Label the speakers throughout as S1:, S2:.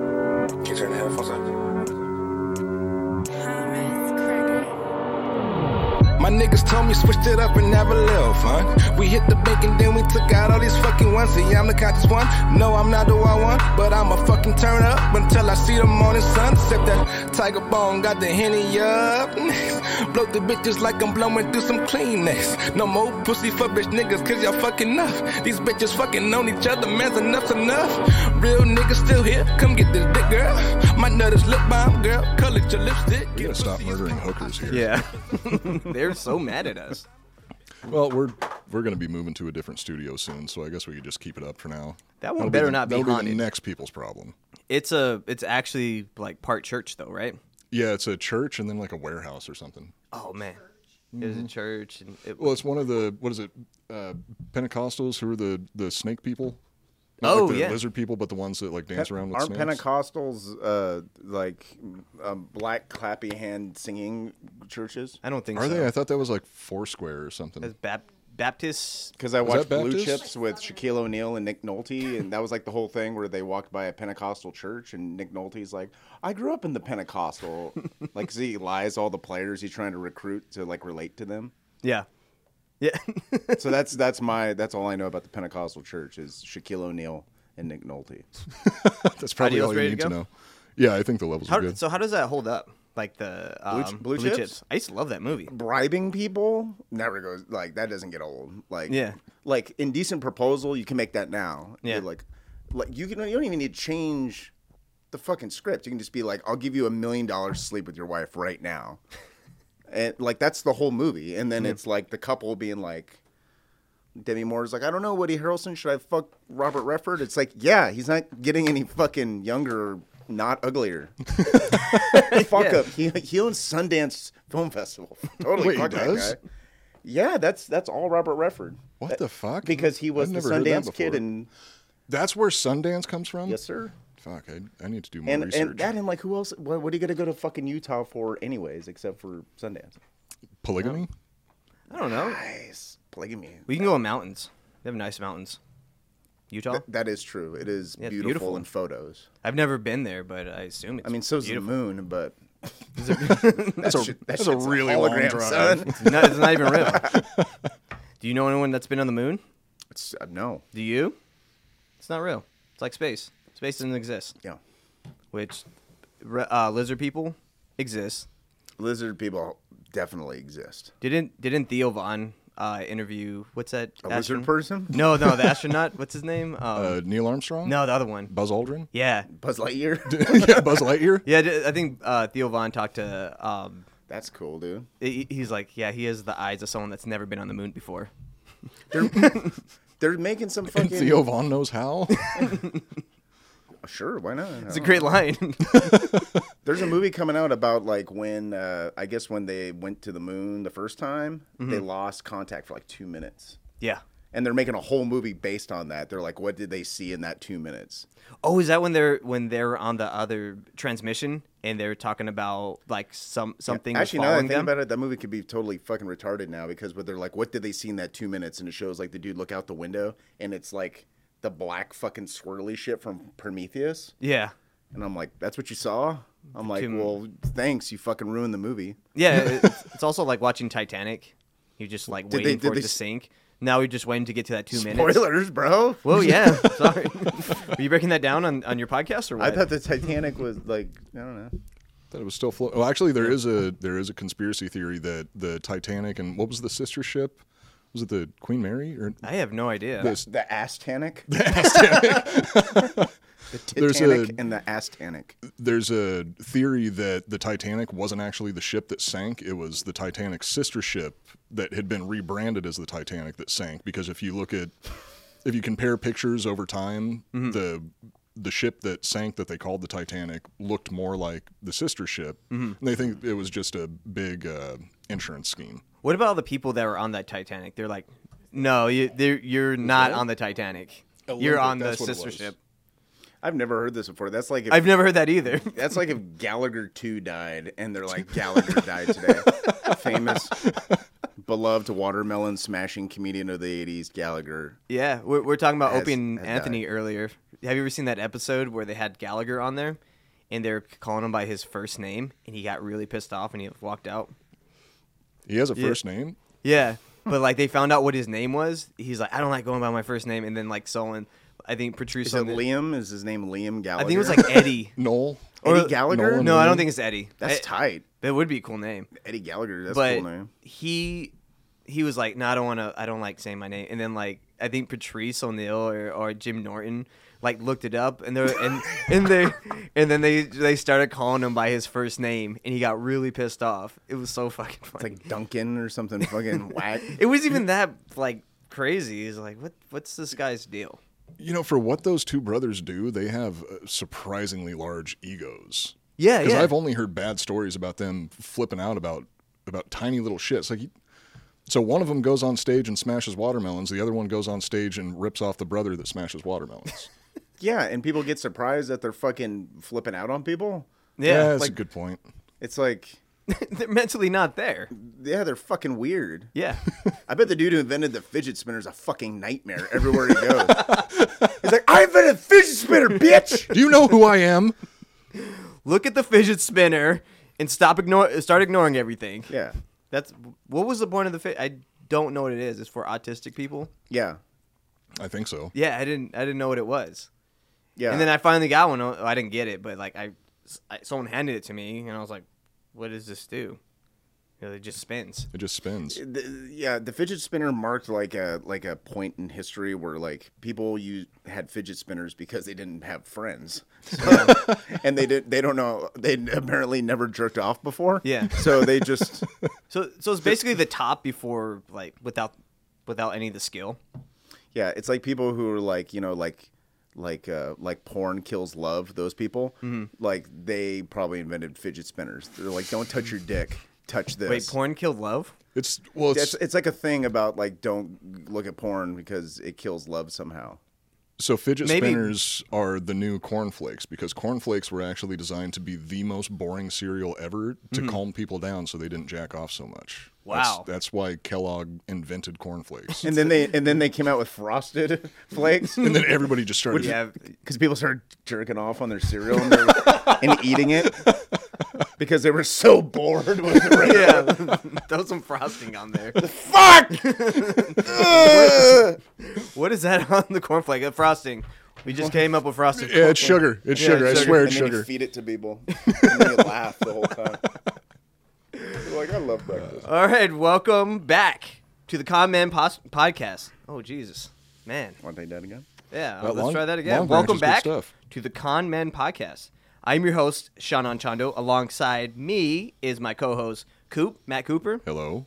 S1: Turn the headphones up.
S2: My niggas told me switched it up and never left, huh? We hit the bank and then we took out all these fucking ones. See, I'm the conscious one. No, I'm not the wild one, but I'm a fucking turn up until I see the morning sun. Sip that tiger bone, got the henny up. Blow the bitches like I'm blowing through some Kleenex. No more pussy for bitch niggas, cause y'all fucking up. These bitches fucking on each other, man's enough's enough. Real niggas still here, come get this dick, girl. My nut is lip balm, girl. Color your lipstick.
S1: We gotta stop murdering hookers here.
S3: Yeah. They're so mad at us.
S1: Well, we're we're gonna be moving to a different studio soon, so I guess we could just keep it up for now.
S3: That one
S1: That'll
S3: better
S1: the-
S3: not be
S1: that'll the
S3: haunted.
S1: next people's problem.
S3: It's a it's actually like part church though, right?
S1: Yeah, it's a church and then like a warehouse or something.
S3: Oh man. It was a church and it
S1: Well, it's one of the what is it? Uh, Pentecostals who are the the snake people.
S3: Oh,
S1: like the
S3: yeah.
S1: lizard people, but the ones that like dance around with
S4: Aren't
S1: snakes.
S4: Pentecostals uh, like um, black clappy hand singing churches?
S3: I don't think
S1: Are
S3: so.
S1: they? I thought that was like Foursquare or something.
S3: It's Bap- Baptist
S4: Because I
S1: Was
S4: watched
S1: that
S4: Blue
S1: Baptist?
S4: Chips with Shaquille O'Neal and Nick Nolte, and that was like the whole thing where they walked by a Pentecostal church, and Nick Nolte's like, "I grew up in the Pentecostal." like, 'cause he lies to all the players he's trying to recruit to like relate to them.
S3: Yeah. Yeah.
S4: So that's that's my that's all I know about the Pentecostal church is Shaquille O'Neal and Nick Nolte.
S1: That's probably
S3: Audio's
S1: all you
S3: ready to
S1: need to,
S3: go?
S1: know. Yeah, I think the levels are
S3: how,
S1: good.
S3: so how does that hold up? Like the um,
S4: Ch- Blue Chips?
S3: I used to love that movie.
S4: bribing people never goes like that doesn't get old like
S3: Yeah.
S4: like indecent proposal you can make that now
S3: Yeah.
S4: You're like like you can you don't even need to change the fucking script you can just be like i'll give you a million dollars to sleep with your wife right now and like that's the whole movie and then it's like the couple being like Demi Moore's like, I don't know, Woody Harrelson. Should I fuck Robert Redford? It's like, yeah, he's not getting any fucking younger, not uglier. fuck up. He he owns Sundance Film Festival. Totally
S1: Wait, he
S4: fuck that
S1: does?
S4: guy. Yeah, that's that's all Robert Redford.
S1: What
S3: uh,
S1: the fuck?
S4: Because he
S1: I've
S4: was the
S1: never heard that
S4: Sundance kid,
S1: before.
S4: and
S1: that's where Sundance comes from.
S4: yes, sir.
S1: Fuck, I, I need to do more
S4: And
S1: research.
S4: and that and like who else? What, what are you gonna go to fucking Utah for anyways, except for Sundance?
S1: Polygamy.
S3: I don't know.
S4: Nice polygamy.
S3: We can go in mountains. They have nice mountains. Utah?
S4: Th- that is true. It is
S3: Yeah, it's
S4: beautiful,
S3: beautiful.
S4: in photos.
S3: I've never been there, but I assume it's
S4: I mean, so's the moon, but
S1: That's, a that's a really long drive.
S3: It's not, it's not even real. Do you know anyone that's been on the moon?
S4: It's, uh, no.
S3: Do you? It's not real. It's like space. Space doesn't exist.
S4: Yeah.
S3: Which re- uh, lizard people exist.
S4: Lizard people definitely exist.
S3: Didn't didn't Theo Von uh, interview what's that?
S4: A lizard person?
S3: No, no, the astronaut. What's his name? Um,
S1: Uh, Neil Armstrong.
S3: no, the other one.
S1: Buzz Aldrin.
S3: Yeah,
S4: Buzz Lightyear?
S1: yeah, Buzz Lightyear.
S3: yeah. d- I think uh, Theo Von talked to. Um,
S4: That's cool, dude.
S3: he- he's like, yeah, he has the eyes of someone that's never been on the moon before.
S4: They're, they're making some fucking.
S1: And Theo Vaughn knows how.
S4: Sure, why not?
S3: It's a great line.
S4: There's a movie coming out about like when uh, I guess when they went to the moon the first time, they
S1: Mm-hmm.
S4: lost contact for like two minutes,
S3: yeah.
S4: and they're making a whole movie based on that. They're like, what did they see in that two minutes?
S3: Oh, is that when they're when they're on the other transmission and they're talking about like some something was
S4: Actually, now that I
S3: following
S4: think
S3: them?
S4: about it, that movie could be totally fucking retarded now because what they're like, what did they see in that two minutes? And it shows like the dude look out the window and it's like the black fucking swirly shit from Prometheus.
S3: Yeah,
S4: And I'm like, that's what you saw? I'm like,
S3: Two-
S4: well, thanks. You fucking ruined the movie.
S3: yeah. It's, it's also like watching Titanic. You're just like
S4: Did they-
S3: waiting
S4: did
S3: for it
S4: they
S3: to
S4: s-
S3: sink. Now we're just waiting to get to that two minutes.
S4: Spoilers, bro.
S3: Whoa, yeah. Sorry. Were you breaking that down on, on your podcast or
S4: I
S3: what?
S4: thought the Titanic was like, I don't know.
S1: That it was still floating. Well, actually, there is a there is a conspiracy theory that the Titanic and what was the sister ship? Was it the Queen Mary or
S3: I have no idea.
S1: This-
S4: The Astanic? the
S1: There's
S4: Titanic
S1: a-
S4: and the Astanic.
S1: there's a theory that the Titanic wasn't actually the ship that sank. It was the Titanic's sister ship that had been rebranded as the Titanic that sank. Because if you look at, if you compare pictures over time, the the ship that sank that they called the Titanic looked more like the sister ship. And they think it was just a big uh, insurance scheme.
S3: What about all the people that were on that Titanic? They're like, no, you they're, you're not on the Titanic.
S1: Olympic,
S3: you're on the
S1: that's what it
S3: sister
S1: was.
S3: ship.
S4: I've never heard this before. That's like if,
S3: I've never heard that either.
S4: that's like if Gallagher 2 died and they're like, Gallagher died today. Famous, beloved watermelon smashing comedian of the 80s, Gallagher.
S3: Yeah, we're, we're talking about
S4: Has-
S3: Opie and
S4: has
S3: Anthony earlier. Have you ever seen that episode where they had Gallagher on there, and they're calling him by his first name, and he got really pissed off and he walked out.
S1: He has a first name.
S3: Yeah, but like they found out what his name was. He's like, I don't like going by my first name, and then like someone, I think Patrice.
S4: Is it
S3: something-
S4: Liam? Is his name Liam
S3: I
S4: Gallagher?
S3: think it was like Eddie.
S1: Noel.
S4: Eddie Gallagher.
S1: Nolan.
S3: no, I don't think it's Eddie.
S4: that's
S3: I-
S4: tight.
S3: That would be a cool name.
S4: Eddie Gallagher. That's a
S3: but
S4: cool name.
S3: he he was like, "No, I don't want to. I don't like saying my name." And then like I think Patrice O'Neill or, or Jim Norton like looked it up, and they are and and they and then they they started calling him by his first name, and he got really pissed off. It was so fucking
S4: It's
S3: funny.
S4: like Duncan or something fucking whack.
S3: it was even that like crazy. He's like, "What? What's this guy's deal?"
S1: You know, for what those two brothers do, they have uh, surprisingly large egos.
S3: Yeah,
S1: Because
S3: yeah.
S1: I've only heard bad stories about them flipping out about about tiny little shits. Like, you- so one of them goes on stage and smashes watermelons. The other one goes on stage and rips off the brother that smashes watermelons.
S4: Yeah, and people get surprised that they're fucking flipping out on people.
S1: yeah,
S3: yeah,
S1: that's a good point.
S4: It's like,
S3: they're mentally not there.
S4: yeah, they're fucking weird.
S3: Yeah,
S4: I bet the dude who invented the fidget spinner is a fucking nightmare everywhere he goes. He's like, I invented a fidget spinner, bitch.
S1: Do you know who I am?
S3: look at the fidget spinner and stop ignore start ignoring everything.
S4: Yeah,
S3: That's what was the point of the fit? I don't know what it is. It's for autistic people.
S4: yeah,
S1: I think so.
S3: Yeah, I didn't. I didn't know what it was.
S4: yeah.
S3: And then I finally got one. Oh, I didn't get it, but like I, I- someone handed it to me, and I was like, "What does this do?" You know, it just spins.
S1: It just spins.
S4: the, yeah, the fidget spinner marked like a like a point in history where like people you had fidget spinners because they didn't have friends, So- and they did they don't know they apparently never jerked off before.
S3: Yeah.
S4: so they just
S3: So, so it's basically the top before like without, without any of the skill.
S4: yeah, it's like people who are like you know like like uh like porn kills love. Those people
S3: Mm-hmm.
S4: like they probably invented fidget spinners. They're like don't touch your dick, touch this.
S3: Wait, porn killed love.
S1: It's well,
S4: It's,
S1: it's,
S4: it's like a thing about like don't look at porn because it kills love somehow.
S1: so fidget
S3: maybe-
S1: spinners are the new cornflakes because cornflakes were actually designed to be the most boring cereal ever to calm people down so they didn't jack off so much.
S3: Mm-hmm. Wow.
S1: That's, that's why Kellogg invented cornflakes.
S4: and then they and then they came out with frosted flakes
S1: and then everybody just started
S3: Yeah,
S4: because people started jerking off on their cereal and, they were- and eating it because they were so bored with the regular-
S3: yeah. Throw some frosting on there.
S4: fuck
S3: What is that on the cornflake? Uh, frosting. We just came up with frosting.
S1: Yeah, it's sugar. It's sugar.
S3: it's
S1: I swear
S4: and
S1: it's
S4: then you
S1: sugar.
S4: feed it to people and they laugh the whole time. They're like I love breakfast.
S1: Uh,
S3: All right, welcome back to the Con Man pos- podcast. Oh Jesus, man,
S4: Want to take that again?
S3: yeah,
S1: That
S3: let's
S1: Long-
S3: try that
S1: Long
S3: again.
S1: Branch
S3: Welcome
S1: is good
S3: back
S1: stuff.
S3: to the Con Man podcast. I'm your host Sean Anchondo. Alongside me is my co-host Coop Matt Cooper
S1: Hello.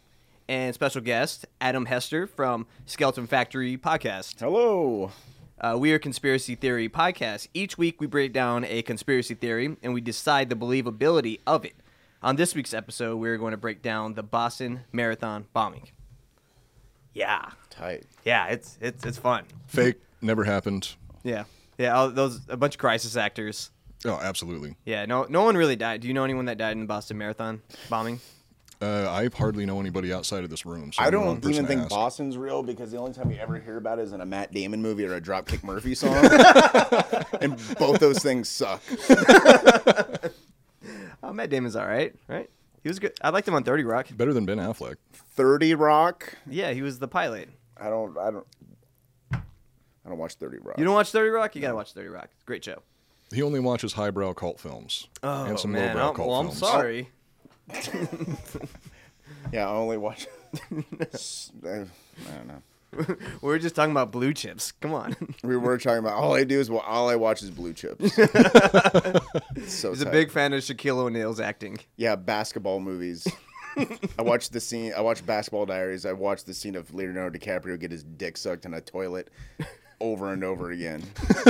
S3: and special guest Adam Hester from Skeleton Factory podcast.
S4: Hello.
S3: Uh, we are Conspiracy Theory Podcast. Each week, we break down a conspiracy theory and we decide the believability of it. On this week's episode, we're going to break down the Boston Marathon bombing. Yeah,
S4: Tight.
S3: yeah, it's it's it's fun.
S1: Fake. Never happened.
S3: Yeah, yeah, all those a bunch of crisis actors.
S1: Oh, absolutely.
S3: Yeah, no, no one really died. Do you know anyone that died in the Boston Marathon bombing?
S1: Uh, I hardly know anybody outside of this room. So
S4: I
S1: I'm the wrong
S4: don't
S1: person
S4: even
S1: to
S4: think
S1: ask.
S4: Boston's real because the only time you ever hear about it is in a Matt Damon movie or a Dropkick Murphy song. and both those things suck.
S3: Oh, Matt Damon's all right, right? He was good. I liked him on Thirty Rock.
S1: Better than Ben Affleck.
S4: 30 Rock.
S3: Yeah, he was the pilot.
S4: I don't I don't I don't watch 30 Rock.
S3: You don't watch Thirty Rock? You gotta watch Thirty Rock. It's a great show.
S1: He only watches highbrow cult films
S3: Oh
S1: and some
S3: man,
S1: lowbrow
S3: I'm-
S1: cult
S3: well, I'm
S1: films.
S3: sorry.
S4: yeah, I only watch S- I I don't know.
S3: We were just talking about blue chips. Come on.
S4: We were talking about all I do is well, all I watch is blue chips. It's so
S3: He's a
S4: tight.
S3: big fan of Shaquille O'Neal's acting.
S4: yeah, basketball movies. I watched the scene. I watched Basketball Diaries. I watched the scene of Leonardo DiCaprio get his dick sucked in a toilet over and over again.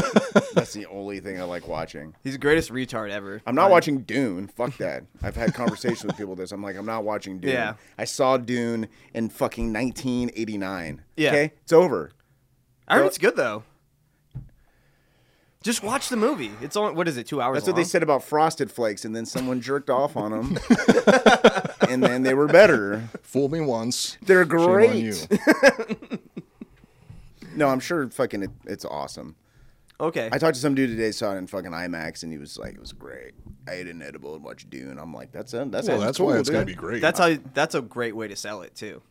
S4: That's the only thing I like watching.
S3: He's the greatest retard ever.
S4: I'm not watching Dune. Fuck that. I've had conversations with people with this. I'm like, I'm not watching Dune.
S3: Yeah.
S4: I saw Dune in fucking 1989.
S3: Yeah.
S4: Okay, it's over.
S3: I heard it's good though. Just watch the movie. It's only what is it? Two hours.
S4: That's what they
S3: long?
S4: said about Frosted Flakes, and then someone jerked off on them, and then they were better.
S1: Fool me once.
S4: They're
S1: shame on
S4: great.
S1: you.
S4: No, I'm sure fucking it, it's awesome.
S3: Okay.
S4: I talked to some dude today, saw it in fucking IMAX, and he was like, it was great. I ate an edible and watched Dune. I'm like, that's it. That's
S1: Well,
S4: it.
S1: that's
S4: cool,
S1: why it's gonna
S4: dude.
S1: be great.
S3: That's how. That's a great way to sell it too.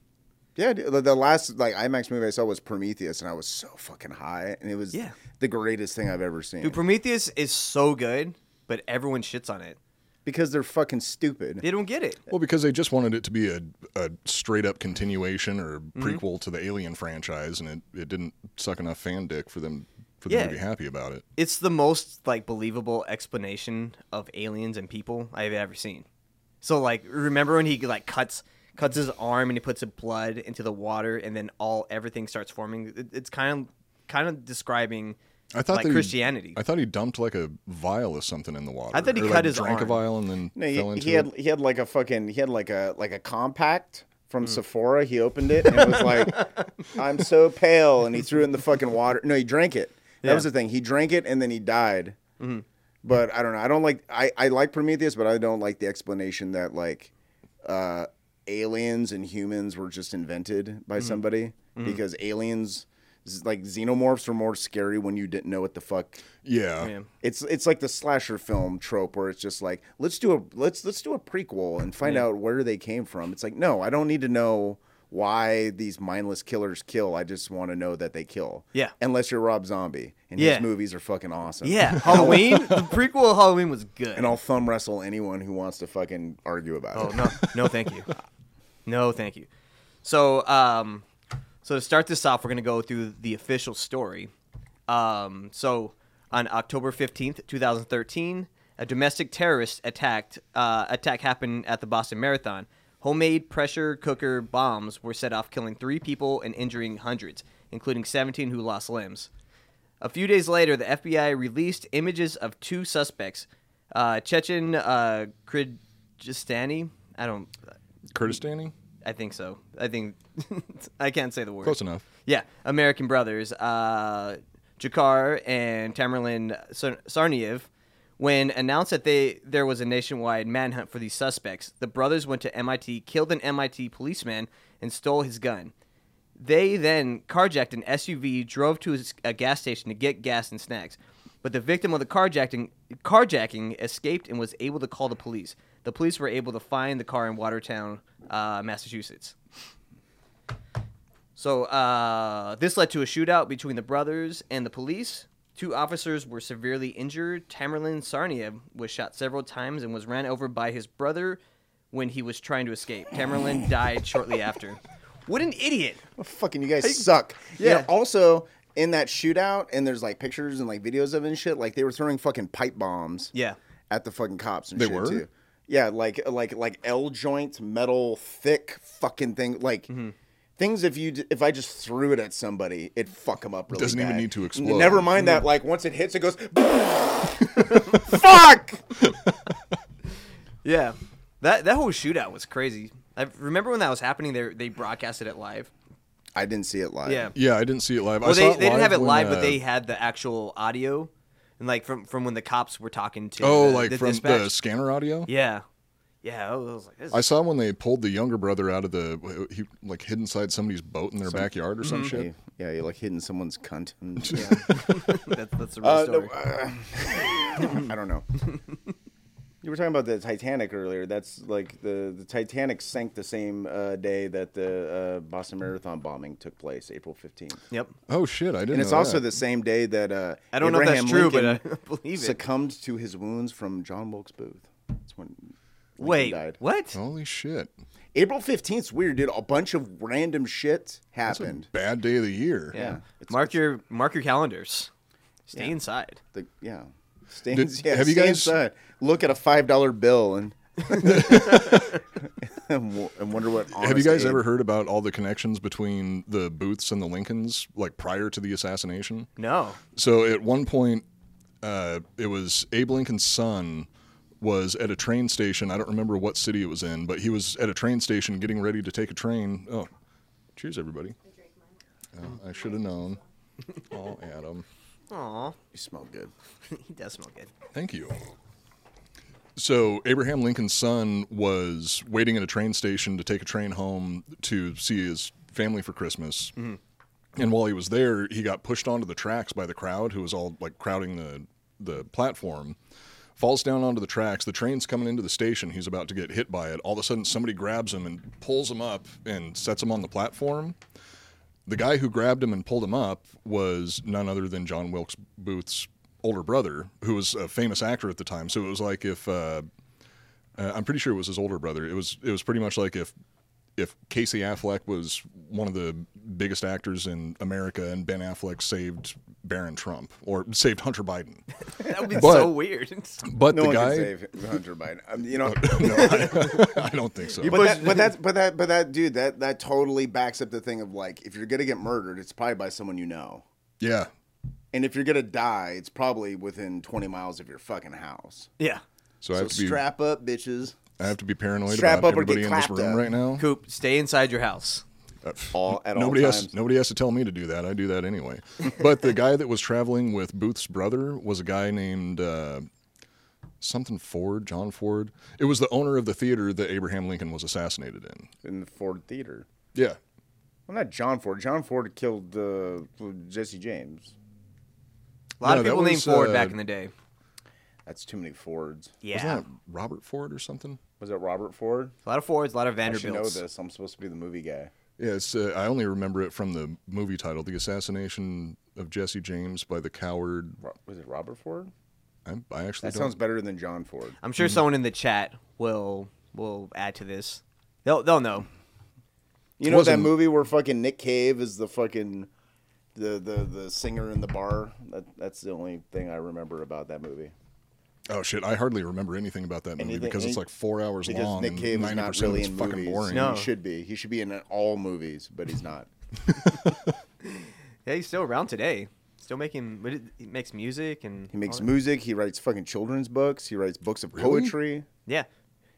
S4: Yeah, dude, the, the last like IMAX movie I saw was Prometheus, and I was so fucking high, and it was
S3: Yeah.
S4: the greatest thing I've ever seen.
S3: Dude, Prometheus is so good, but everyone shits on it.
S4: because they're fucking stupid.
S3: They don't get it.
S1: Well, because they just wanted it to be a, a straight up continuation or
S3: Mm-hmm.
S1: prequel to the Alien franchise, and it, it didn't suck enough fan dick for them for them
S3: Yeah.
S1: to be happy about it.
S3: It's the most like believable explanation of aliens and people I've ever seen. So like, remember when he like cuts cuts his arm and he puts the blood into the water, and then all everything starts forming. It, it's kind of kind of describing
S1: I thought
S3: like
S1: they-
S3: Christianity.
S1: I thought he dumped like a vial of something in the water.
S3: I thought he
S1: Or,
S3: cut
S1: like,
S3: his
S1: drank a
S3: arm.
S1: vial and then
S4: No,
S1: fell
S4: he,
S1: into
S4: he
S1: it.
S4: had he had like a fucking he had like a like a compact from Sephora. He opened it and it was like, "I'm so pale," and he threw it in the fucking water. No, he drank it. That
S3: Yeah.
S4: was the thing. He drank it and then he died. But I don't know. I don't like I I like Prometheus, but I don't like the explanation that like uh aliens and humans were just invented by somebody because aliens z- like xenomorphs were more scary when you didn't know what the fuck
S1: yeah.
S3: Yeah.
S4: it's it's like the slasher film trope where it's just like let's do a let's let's do a prequel and find out where they came from. It's like no, I don't need to know why these mindless killers kill. I just want to know that they kill.
S3: Yeah.
S4: Unless you're Rob Zombie and
S3: Yeah.
S4: his movies are fucking awesome.
S3: Yeah, Halloween. the prequel of Halloween was good.
S4: And I'll thumb wrestle anyone who wants to fucking argue about
S3: Oh
S4: it.
S3: no, no, thank you, no, thank you. So, um, so to start this off, we're gonna go through the official story. Um, so on October fifteenth, two thousand thirteen, a domestic terrorist attacked uh, attack happened at the Boston Marathon. Homemade pressure cooker bombs were set off, killing three people and injuring hundreds, including seventeen who lost limbs. A few days later, the FBI released images of two suspects, uh, Chechen uh, Kyrgyzstani. I don't.
S1: Kurdistani?
S3: I think so. I think I can't say the word.
S1: Close enough.
S3: Yeah, American brothers, uh, Jakar and Tamerlan Sar- Sarniev. When announced that they there was a nationwide manhunt for these suspects, the brothers went to MIT, killed an MIT policeman, and stole his gun. They then carjacked an SUV, drove to his- a gas station to get gas and snacks. But the victim of the carjacking, carjacking escaped and was able to call the police. The police were able to find the car in Watertown, uh, Massachusetts. So uh, this led to a shootout between the brothers and the police. Two officers were severely injured. Tamerlan Sarniev was shot several times and was ran over by his brother when he was trying to escape. Tamerlan died shortly after. What an idiot!
S4: fucking you guys suck. Yeah.
S3: Oh. yeah.
S4: also in that shootout and there's like pictures and like videos of it and shit. Like they were throwing fucking pipe bombs.
S3: Yeah.
S4: At the fucking cops and
S1: They
S4: shit
S1: were?
S4: too. Yeah, like like like L joint metal thick fucking thing like.
S1: Mm-hmm.
S4: Things if you d- if I just threw it at somebody, it'd fuck them up. Really
S1: Doesn't even
S4: bad.
S1: need to
S4: N-
S1: explode.
S4: Never mind that. Like once it hits, it goes. fuck.
S3: Yeah, that that whole shootout was crazy. I remember when that was happening. They they broadcasted it live.
S4: I didn't see it live.
S3: Yeah.
S1: Yeah, I didn't see it live. I
S3: Well,
S1: saw
S3: they,
S1: it
S3: they didn't have it
S1: when,
S3: live,
S1: uh,
S3: but they had the actual audio, and like from from when the cops were talking to
S1: Oh,
S3: the-
S1: like
S3: the
S1: from
S3: dispatch.
S1: the scanner audio?
S3: Yeah, yeah. I was like, this is-
S1: I saw when they pulled the younger brother out of the he like hid inside somebody's boat in their backyard or some
S3: Mm-hmm.
S1: shit.
S4: You- yeah, you're like hitting someone's cunt. And,
S3: that's that's the real
S4: Uh, no, uh,
S3: story.
S4: I don't know. you were talking about the Titanic earlier. That's like the, the Titanic sank the same uh, day that the uh, Boston Marathon bombing took place, April 15th.
S3: yep.
S1: Oh shit, I didn't.
S4: And it's
S1: know
S4: also
S1: that.
S4: the same day that uh,
S3: I don't know if
S4: Abraham
S3: that's true,
S4: Lincoln
S3: but I believe it.
S4: succumbed to his wounds from John Wilkes Booth. That's when Lincoln
S3: Wait,
S4: died. Oh,
S3: what?
S1: holy shit.
S4: April 15th's weird, dude. A bunch of random shit happened.
S1: Bad day of the year.
S4: yeah.
S3: Mark your mark your calendars. Stay inside.
S4: The, yeah. Stains, yeah,
S1: have you
S4: stay
S1: guys-
S4: inside. look at a five dollar bill and and wo- and wonder what?
S1: Have you
S4: Honest
S1: guys
S4: Abe-
S1: ever heard about all the connections between the Booths and the Lincolns, like prior to the assassination?
S3: No.
S1: So at one point, uh, it was Abe Lincoln's son was at a train station. I don't remember what city it was in, but he was at a train station getting ready to take a train. Oh, cheers, everybody. Oh, I should have known. Oh, Adam.
S3: Aw,
S4: You smell good.
S3: he does smell good.
S1: Thank you. So Abraham Lincoln's son was waiting at a train station to take a train home to see his family for Christmas. And while he was there, he got pushed onto the tracks by the crowd who was all like crowding the the platform. falls down onto the tracks. The train's coming into the station. He's about to get hit by it. All of a sudden, somebody grabs him and pulls him up and sets him on the platform. The guy who grabbed him and pulled him up was none other than John Wilkes Booth's older brother, who was a famous actor at the time. So it was like if uh, uh, I'm pretty sure it was his older brother. It was it was pretty much like if if Casey Affleck was one of the biggest actors in America and Ben Affleck saved Barron Trump or saved Hunter Biden.
S3: That would be
S1: But-
S3: so weird.
S1: But
S4: No
S1: the
S4: one
S1: guy,
S4: can save Hunter Biden. Um, you know,
S1: no, I, I don't think so.
S4: but, that, but that, but that, but that, dude, that that totally backs up the thing of like, if you're gonna get murdered, it's probably by someone you know,
S1: yeah,
S4: and if you're gonna die, it's probably within 20 miles of your fucking house.
S3: yeah.
S1: so I
S4: So
S1: have to be
S4: strap up, bitches.
S1: I have to be paranoid
S4: strap
S1: about
S4: up or get
S1: everybody in this
S4: clapped
S1: room
S4: up.
S1: right now.
S3: Coop, stay inside your house.
S4: All at
S1: nobody
S4: all
S1: has
S4: times.
S1: nobody has to tell me to do that. I do that anyway. but the guy that was traveling with Booth's brother was a guy named uh, something Ford, John Ford. It was the owner of the theater that Abraham Lincoln was assassinated in.
S4: in the Ford Theater.
S1: Yeah,
S4: Well, not John Ford. John Ford killed uh, Jesse James.
S3: A lot
S1: No,
S3: of
S1: that
S3: people named
S1: was,
S3: Ford
S1: uh,
S3: back in the day.
S4: That's too many Fords.
S3: Yeah.
S1: wasn't that Robert Ford or something?
S4: Was it Robert Ford?
S3: A lot of Fords, a lot of
S4: I should know
S3: Vanderbilts.
S4: this. I'm supposed to be the movie guy.
S1: Yeah, it's, uh, I only remember it from the movie title, "The Assassination of Jesse James by the Coward."
S4: Ro- was it Robert Ford?
S1: I, I actually
S4: That
S1: don't.
S4: sounds better than John Ford.
S3: I'm sure someone in the chat will will add to this. They'll they'll know.
S4: You know that
S1: Wasn't-
S4: movie where fucking Nick Cave is the fucking the the, the singer in the bar? That that's the only thing I remember about that movie.
S1: oh shit! I hardly remember anything about that movie
S4: Anything-
S1: because it's
S4: any-
S1: like four hours
S4: Because
S1: long.
S4: Nick
S1: and
S4: Cave is
S1: 90%
S4: not
S1: of
S4: really
S1: it's
S4: in
S1: fucking
S4: movies.
S1: boring.
S3: No.
S4: He should be. He should be in all movies, but he's not.
S3: Yeah, he's still around today. Still making what it- he makes music and
S4: He makes
S3: all that.
S4: music. He writes fucking children's books. He writes books of poetry.
S3: Yeah.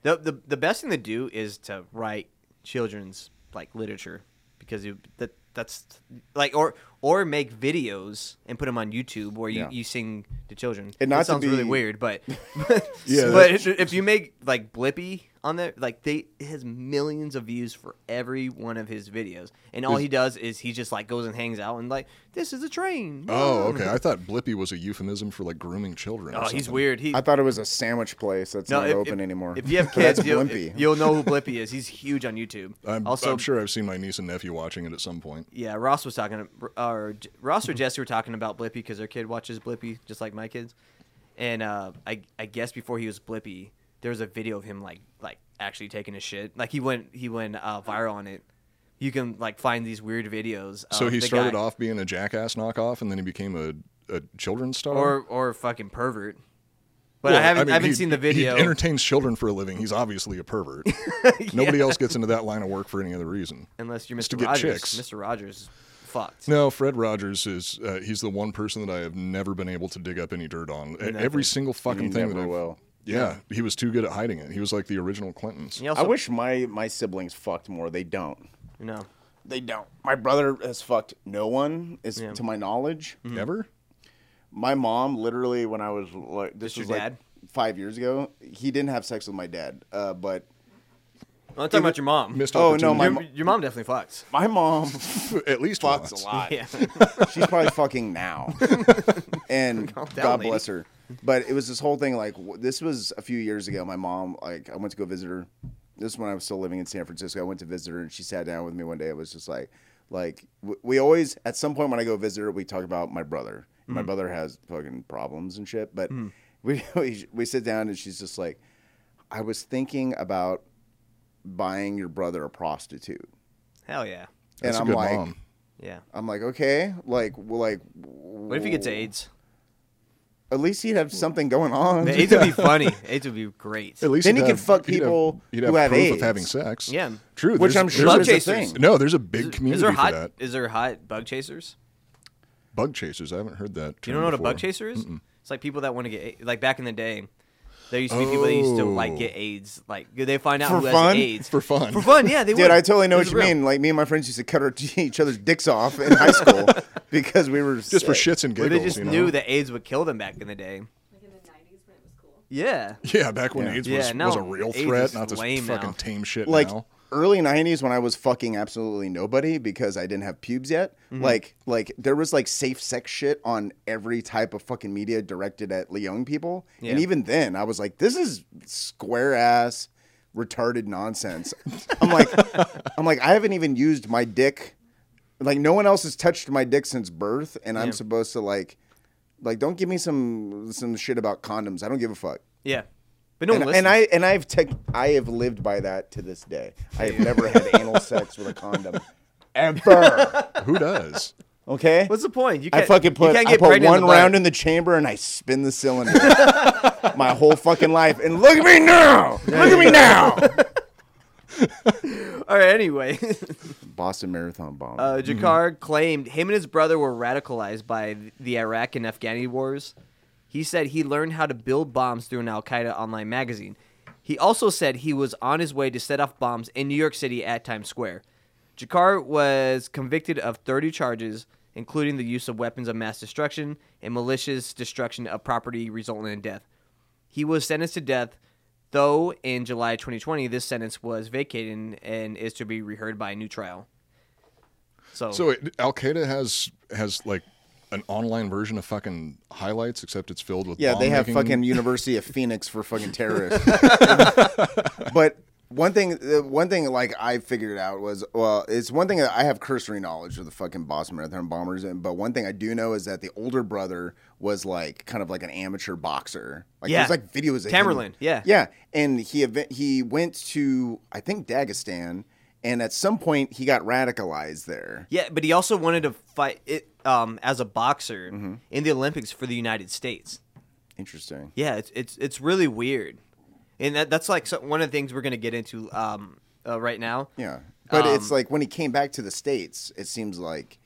S3: The, the the best thing to do is to write children's like literature because you that that's like or or make videos and put them on YouTube where you,
S4: Yeah.
S3: you sing to children.
S4: And not
S3: that
S4: to
S3: sounds really
S4: be-
S3: weird, but
S1: Yeah,
S3: But
S1: that's-
S3: if, if you make like Blippy on there, like they it has millions of views for every one of his videos, and all he does is he just like goes and hangs out and like this is a train.
S1: Oh, okay. I thought Blippy was a euphemism for like grooming children. or
S3: Um, Oh, he's
S1: something.
S3: weird. He
S4: I thought it was a sandwich place that's not
S3: if-
S4: open
S3: if-
S4: anymore.
S3: If you have
S4: But that's
S3: kids, you'll,
S4: Blimpy.
S3: you'll know who Blippy is. He's huge on YouTube.
S1: I'm,
S3: also,
S1: I'm sure I've seen my niece and nephew watching it at some point.
S3: yeah, Ross was talking, or J- Ross or Jesse were talking about Blippy because their kid watches Blippy just like my kids. And uh, I, I guess before he was Blippy, there was a video of him like, like actually taking a shit. Like he went, he went uh, viral on it. You can like find these weird videos.
S1: So
S3: of
S1: he
S3: Oh, the
S1: started
S3: guy-
S1: off being a jackass knockoff, and then he became a, a children's star.
S3: or or fucking pervert. But
S1: Well,
S3: I haven't,
S1: mean,
S3: I haven't
S1: he-
S3: seen the video.
S1: He entertains children for a living. He's obviously a pervert. Nobody else gets into that line of work for any other reason.
S3: unless you're
S1: Just to
S3: Mr.
S1: get
S3: Rogers.
S1: chicks.
S3: Mr. Rogers, is fucked.
S1: No, Fred Rogers is uh, he's the one person that I have never been able to dig up any dirt on. E- Every single fucking
S4: You
S1: thing that
S4: never
S1: I've-
S4: will.
S1: Yeah, he was too good at hiding it. He was like the original Clintons.
S3: He
S4: I
S3: also-
S4: wish my my siblings fucked more. They don't.
S3: no.
S4: They don't. My brother has fucked no one, is
S3: Yeah.
S4: to my knowledge.
S1: Never?
S4: My mom, literally, when I was like, this
S3: Just your
S4: was like
S3: dad?
S4: five years ago. He didn't have sex with my dad, uh, but
S3: I'm not talking about your mom.
S1: Missed
S4: Oh, no,
S1: opportunity.
S4: mo-
S3: your, your mom definitely fucks.
S4: my mom
S1: at least once.
S4: fucks a lot.
S3: Yeah.
S4: She's probably fucking now. and
S3: down,
S4: God
S3: lady.
S4: bless her. But it was this whole thing. Like w- this was a few years ago. My mom, like, I went to go visit her. This is when I was still living in San Francisco. I went to visit her, and she sat down with me one day. It was just like, like w- we always at some point when I go visit her, we talk about my brother. My
S1: Mm.
S4: brother has fucking problems and shit. But we, we we sit down, and she's just like, I was thinking about buying your brother a prostitute,
S3: Hell yeah.
S1: That's
S4: and
S1: a
S4: I'm
S1: good
S4: like,
S1: mom.
S3: Yeah.
S4: I'm like, okay, like, well, like,
S3: What if he gets AIDS?
S4: at least he'd have something going on.
S3: The AIDS would be funny. AIDS would be great.
S1: At least
S4: Then
S1: he'd
S4: he can
S1: have-
S4: fuck
S1: he'd have-
S4: people
S1: he'd
S4: who
S1: have
S4: have
S1: proof of
S4: AIDS.
S1: having sex.
S3: Yeah.
S1: true.
S4: Which
S1: there's-
S4: I'm sure
S3: Bug
S4: is a
S3: chasers.
S4: thing.
S1: No, there's a big community
S3: Is there
S1: for
S3: hot?
S1: that.
S3: Is there hot bug chasers?
S1: Bug chasers. I haven't heard that.
S3: You don't know what a bug
S1: chaser?
S3: chaser is? It's like people that want to get a- like back in the day. There used to be people that used to like get AIDS. Like they find out
S4: Oh. For
S3: who has
S4: fun?
S3: AIDS
S1: For fun.
S3: For fun, yeah. They
S4: Dude,
S3: would.
S4: I totally know
S3: It
S4: what
S3: was
S4: you
S3: real.
S4: mean. Like me and my friends used to cut our, each other's dicks off in high school because we were
S1: Just for
S4: sick.
S1: shits and
S3: Or
S1: giggles.
S3: they just
S1: you know?
S3: knew that AIDS would kill them back in the day.
S5: Like in the 90s when it was cool.
S3: Yeah.
S1: Yeah, back when AIDS
S3: Yeah,
S1: was,
S3: no,
S1: was a real
S3: AIDS
S1: threat,
S3: is
S1: not this
S3: lame
S1: fucking
S3: now.
S1: tame shit
S4: like
S1: now.
S4: early 90s when i was fucking absolutely nobody because i didn't have pubes yet
S3: Mm-hmm.
S4: like like there was like safe sex shit on every type of fucking media directed at young people
S3: Yeah.
S4: and even then i was like this is square ass retarded nonsense i'm like i'm like i haven't even used my dick like no one else has touched my dick since birth and i'm
S3: Yeah.
S4: supposed to like like don't give me some some shit about condoms i don't give a fuck
S3: Yeah. But no one
S4: and,
S3: listens.
S4: and I and I've tech I have lived by that to this day. I have never had anal sex with a condom ever.
S1: Who does?
S4: Okay,
S3: What's the point? You
S4: I
S3: can't,
S4: fucking
S3: you
S4: put
S3: can't
S4: I
S3: get
S4: put
S3: pregnant
S4: one
S3: in the
S4: round
S3: butt.
S4: in the chamber and I spin the cylinder my whole fucking life. And look at me now! Look at me now!
S3: All right, anyway.
S4: Boston Marathon bomb.
S3: Uh, Jakar claimed him and his brother were radicalized by th- the Iraq and Afghani wars. He said he learned how to build bombs through an Al Qaeda online magazine. He also said he was on his way to set off bombs in New York City at Times Square. Jakar was convicted of 30 charges, including the use of weapons of mass destruction and malicious destruction of property resulting in death. He was sentenced to death, though in July 2020, this sentence was vacated and is to be reheard by a new trial. So,
S1: So it, Al Qaeda has has like an online version of fucking highlights, except it's filled with
S4: Yeah, they have
S1: bomb-making-
S4: fucking University of Phoenix for fucking terrorists. but one thing, the one thing like I figured out was well, it's one thing that I have cursory knowledge of the fucking Boston Marathon bombers, and but one thing I do know is that the older brother was like kind of like an amateur boxer. Like
S3: Yeah.
S4: there's like videos of him-
S3: Tamerlan, yeah.
S4: yeah, and he event, he went to I think Dagestan, and at some point he got radicalized there.
S3: yeah, but he also wanted to fight it um, as a boxer
S1: Mm-hmm.
S3: in the Olympics for the United States.
S4: Interesting.
S3: Yeah, it's it's it's really weird, and that, that's like so, one of the things we're gonna get into um, uh, right now.
S4: Yeah. But
S3: Um,
S4: it's like when he came back to the States, it seems like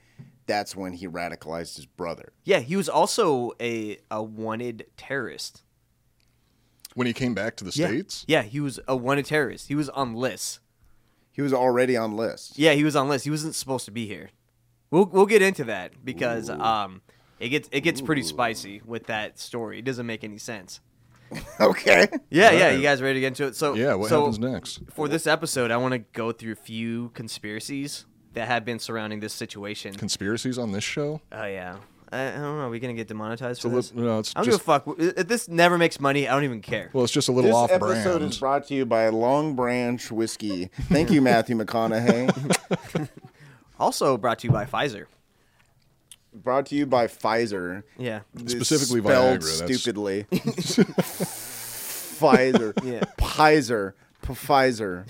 S4: that's when he radicalized his brother.
S3: yeah. He was also a a wanted terrorist.
S1: when he came back to the
S3: Yeah.
S1: states.
S3: Yeah, he was a wanted terrorist. He was on lists.
S4: He was already on list.
S3: Yeah, he was on lists. He wasn't supposed to be here. We'll we'll get into that because um, it gets it gets pretty spicy with that story. It doesn't make any sense.
S4: Okay.
S3: Yeah, yeah.
S1: Right.
S3: You guys ready to get into it? So
S1: Yeah, what
S3: so
S1: happens next?
S3: For this episode, I want to go through a few conspiracies that have been surrounding this situation.
S1: Conspiracies on this show?
S3: oh yeah, I, I don't know. Are we gonna get demonetized for
S1: So
S3: this?
S1: let- no, it's
S3: I don't
S1: just-
S3: give a fuck. If this never makes money, I don't even care.
S1: Well, it's just a little
S4: This
S1: off
S4: episode
S1: brand.
S4: is brought to you by Long Branch Whiskey. Thank you, Matthew McConaughey.
S3: also brought to you by Pfizer.
S4: brought to you by Pfizer.
S3: Yeah,
S4: It's
S1: Specifically
S4: spelled
S1: Viagra, that's-
S4: Stupidly. Pfizer.
S3: Yeah.
S4: Pfizer. Pfizer.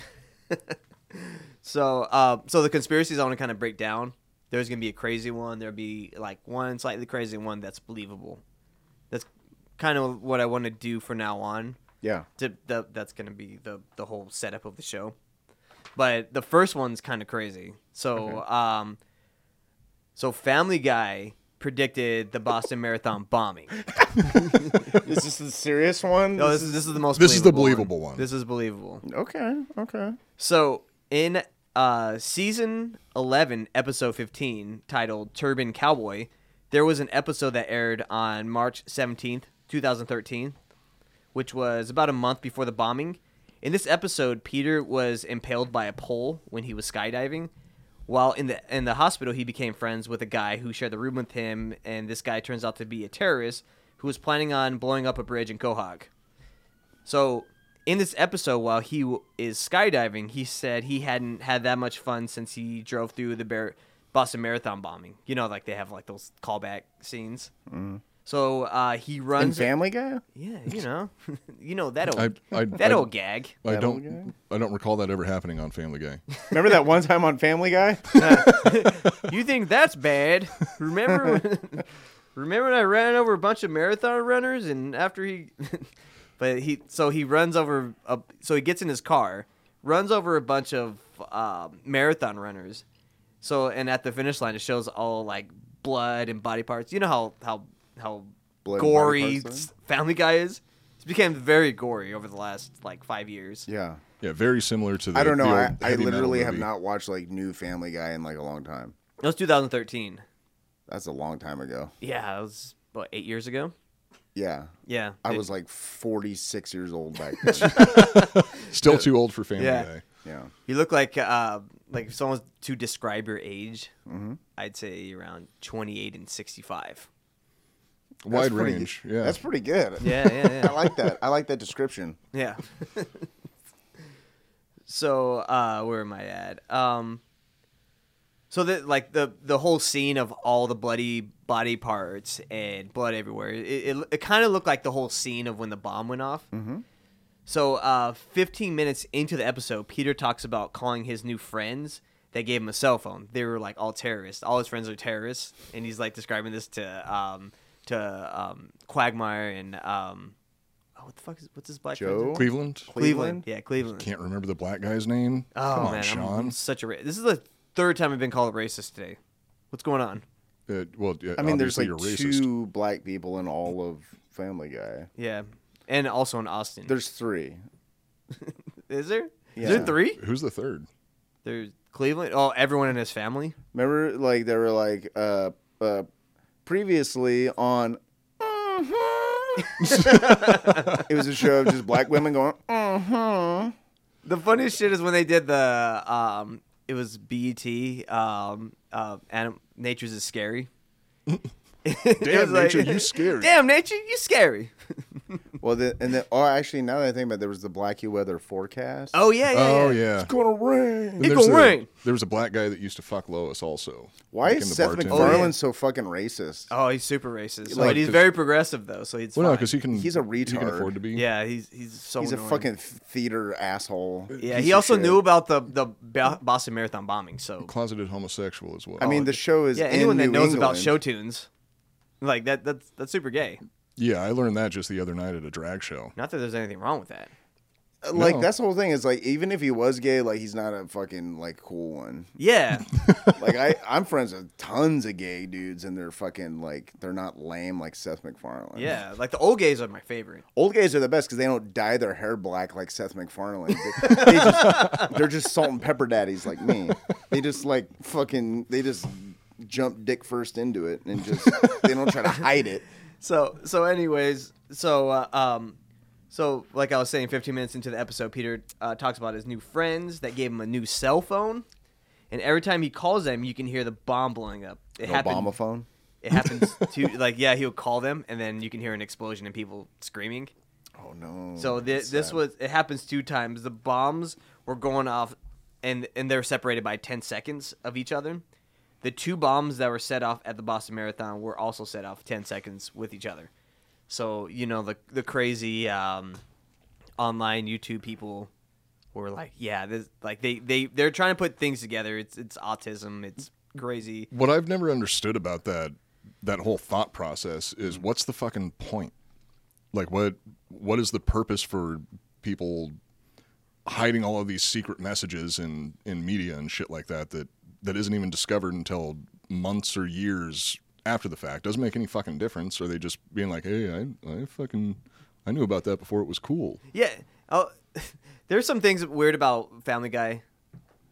S3: So, uh, so the conspiracies I want to kind of break down. There's gonna be a crazy one. There'll be like one slightly crazy and one that's believable. That's kind of what I want to do for now on.
S4: Yeah.
S3: To, the, that's gonna be the the whole setup of the show. But the first one's kind of crazy. So, um, so Family Guy predicted the Boston Marathon bombing.
S4: Is this the serious one?
S3: No, this is this is the most.
S1: This is the believable
S3: one.
S1: one.
S3: This is believable.
S4: okay. Okay.
S3: So in uh, season eleven, episode fifteen, titled "Turban Cowboy," there was an episode that aired on March seventeenth, two thousand thirteen, which was about a month before the bombing. In this episode, Peter was impaled by a pole when he was skydiving. While in the in the hospital, he became friends with a guy who shared the room with him, and this guy turns out to be a terrorist who was planning on blowing up a bridge in Quahog. So in this episode, while he w- is skydiving, he said he hadn't had that much fun since he drove through the Bar- Boston Marathon bombing. You know, like they have like those callback scenes. So uh, he
S4: And
S3: runs.
S4: Family Guy?
S3: yeah, you know, you know that
S1: I,
S3: old
S1: I,
S3: that
S1: I,
S3: old gag.
S1: I
S4: That old
S1: don't I don't recall that ever happening on Family Guy.
S4: Remember that one time on Family Guy?
S3: You think that's bad? Remember when, remember when I ran over a bunch of marathon runners and after he but he so he runs over a, so he gets in his car, runs over a bunch of uh, marathon runners. So and at the finish line it shows all like blood and body parts. You know how how how
S4: Blood and body
S3: gory
S4: parts
S3: Family Guy is? It's became very gory over the last like 5 years.
S4: Yeah.
S1: Yeah, very similar to the
S4: I don't know.
S1: the
S4: I,
S1: old
S4: I
S1: heavy metal
S4: literally have
S1: movie.
S4: not watched like new Family Guy in like a long time.
S3: That was 2013.
S4: That's a long time ago.
S3: Yeah, it was what 8 years ago.
S4: Yeah.
S3: Yeah.
S4: I
S3: dude.
S4: was like 46 years old back then.
S1: Still too old for Family
S3: Yeah.
S1: Day.
S4: yeah.
S3: You look like uh like if someone's to describe your age,
S4: Mm-hmm.
S3: I'd say around twenty eight and sixty five.
S1: Wide
S4: pretty-
S1: range. Yeah.
S4: That's pretty good.
S3: Yeah, yeah, yeah.
S4: I like that. I like that description.
S3: Yeah. so uh where am I at? Um so that like the the whole scene of all the bloody body parts and blood everywhere, it, it, it kind of looked like the whole scene of when the bomb went off. Mm-hmm. So uh, 15 minutes into the episode, Peter talks about calling his new friends that gave him a cell phone. They were like all terrorists. All his friends are terrorists, and he's like describing this to um, to um, Quagmire and um, oh, what the fuck is what's his black friend's
S4: Joe?
S3: name?
S1: Cleveland.
S3: Cleveland. Yeah, Cleveland.
S1: Can't remember the black guy's name.
S3: Oh
S1: Come on,
S3: man, I'm-
S1: Sean.
S3: I'm such a ra- this is the third time I've been called a racist today. What's going on?
S1: Uh, well, yeah,
S4: I mean, there's
S1: obviously
S4: like
S1: you're racist.
S4: two black people in all of Family Guy.
S3: Yeah, and also in Austin.
S4: There's three.
S3: is there? Is
S4: Yeah.
S3: there three?
S1: Who's the third?
S3: There's Cleveland. Oh, everyone in his family.
S4: Remember, like they were like uh, uh, previously on. uh-huh. it was a show of just black women going. "Mm."
S3: The funniest shit is when they did the um, it was BET um, uh, anim- Nature's is scary. It was
S1: Damn,
S3: like-
S1: nature, you scared.
S3: Damn, nature, you scary.
S4: Well, then, and then, oh, actually, now that I think about it, there was the Blackie weather forecast.
S3: Oh yeah, yeah.
S1: Oh
S3: yeah.
S1: yeah.
S4: it's gonna rain.
S3: It
S1: There's
S3: gonna
S1: a-
S3: rain.
S1: There was a black guy that used to fuck Lois also.
S4: Why
S1: like in
S4: is
S1: the
S4: Seth
S1: bartender.
S4: MacFarlane
S3: Oh, yeah.
S4: so fucking racist?
S3: Oh, he's super racist,
S1: Like,
S3: but he's
S1: 'cause-
S3: very progressive though, so he's
S1: Well, no,
S3: fine.
S1: because he can.
S4: He's a
S1: He can
S4: retard.
S1: afford to be.
S3: yeah, he's he's so
S4: He's a
S3: annoying.
S4: fucking theater asshole.
S3: yeah.
S4: piece
S3: He
S4: of
S3: also
S4: shit.
S3: knew about the the Bo- Boston Marathon bombing, so
S1: Closeted homosexual as well.
S4: I mean, the show is
S3: yeah.
S4: in
S3: Anyone that
S4: New
S3: knows about
S4: England.
S3: show tunes, like that that's that's super gay.
S1: yeah, I learned that just the other night at a drag show.
S3: Not that there's anything wrong with that.
S4: like
S1: No.
S4: that's the whole thing is like even if he was gay like he's not a fucking like cool one
S3: Yeah,
S4: like i i'm friends with tons of gay dudes and they're fucking like they're not lame like seth macfarlane
S3: yeah. Like the old gays are my favorite.
S4: old gays are the best because they don't dye their hair black like seth macfarlane they, they just, they're just salt and pepper daddies like me they just like fucking they just jump dick first into it and just they don't try to hide it
S3: so so anyways so uh, um so like i was saying 15 minutes into the episode peter uh, talks about his new friends that gave him a new cell phone and every time he calls them you can hear the bomb blowing up it happened
S4: obama phone
S3: it happens to like yeah he'll call them and then you can hear an explosion and people screaming
S4: oh no
S3: so thi- this was it happens two times. The bombs were going off, and and they're separated by ten seconds of each other. The two bombs that were set off at the Boston Marathon were also set off ten seconds with each other. So you know the the crazy um, online YouTube people were like, yeah, this like they they they're trying to put things together. It's it's autism. It's crazy.
S1: What I've never understood about that that whole thought process is what's the fucking point? Like what what is the purpose for people hiding all of these secret messages in in media and shit like that that that isn't even discovered until months or years after the fact doesn't make any fucking difference are they just being like hey I, I fucking i knew about that before it was cool
S3: Yeah. Oh, there's some things weird about Family Guy.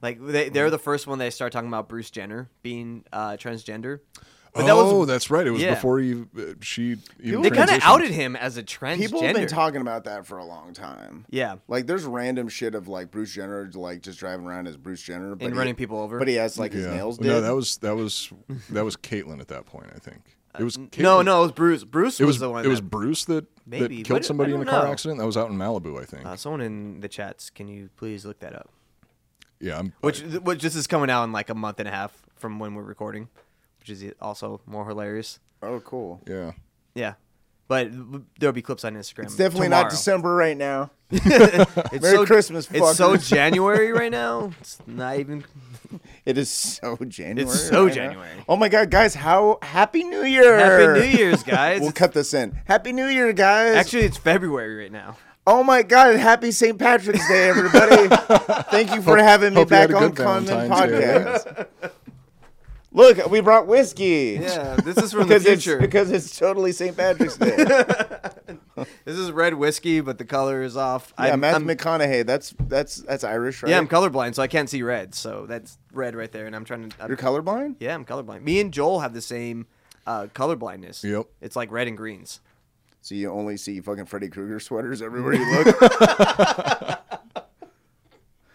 S3: Like they,
S1: Mm-hmm.
S3: they're the first one they start talking about Bruce Jenner being uh, transgender. But that was-
S1: oh that's right it was
S3: yeah.
S1: before he, uh, she even
S3: They kind of
S1: transitioned.
S3: outed him as a transgender.
S4: people have been talking about that for a long time
S3: Yeah.
S4: Like there's random shit of like Bruce Jenner like just driving around as Bruce Jenner but
S3: And
S4: he-
S3: running people over.
S4: but he has like his
S1: Yeah.
S4: nails did.
S1: No, that was that was that was Caitlyn at that point. I think it was. Caitlyn.
S3: Uh, No, no, it was Bruce. Bruce
S1: it was,
S3: the one.
S1: it was
S3: that-
S1: Bruce that
S3: Maybe.
S1: that killed
S3: What-
S1: somebody
S3: I
S1: in a
S3: don't
S1: car
S3: know.
S1: accident. That was out in Malibu, I think.
S3: uh, someone in the chats. Can you please look that up?
S1: yeah, I'm,
S3: Which, which this is coming out in like a month and a half from when we're recording, which is also more hilarious.
S4: oh cool.
S1: yeah.
S3: Yeah, but there'll be clips on Instagram.
S4: It's definitely
S3: tomorrow.
S4: not December right now.
S3: It's
S4: Merry
S3: so-
S4: Christmas,
S3: It's so
S4: fuckers.
S3: January right now. It's not even.
S4: It is so January.
S3: so
S4: right now.
S3: January.
S4: Oh my god, guys! How happy New Year!
S3: Happy New Year's, guys.
S4: We'll
S3: It's-
S4: cut this in. Happy New Year, guys!
S3: Actually, it's February right now.
S4: oh my god! Happy St. Patrick's Day, everybody! Thank you for having me
S1: hope you had
S4: back
S1: a
S4: on
S1: good
S4: Common
S1: Valentine's
S4: Podcast. Look, we brought whiskey.
S3: Yeah, this is from the
S4: Because it's
S3: future.
S4: because it's totally St. Patrick's Day.
S3: This is red whiskey, but the color is off.
S4: Yeah,
S3: I'm,
S4: Matthew
S3: I'm-
S4: McConaughey. That's that's that's Irish, right?
S3: yeah, I'm colorblind, so I can't see red. So that's red right there, and I'm trying to. I'm-
S4: You're colorblind.
S3: yeah, I'm colorblind. Me and Joel have the same uh, colorblindness.
S1: Yep.
S3: It's like red and greens.
S4: So you only see fucking Freddy Krueger sweaters everywhere you look.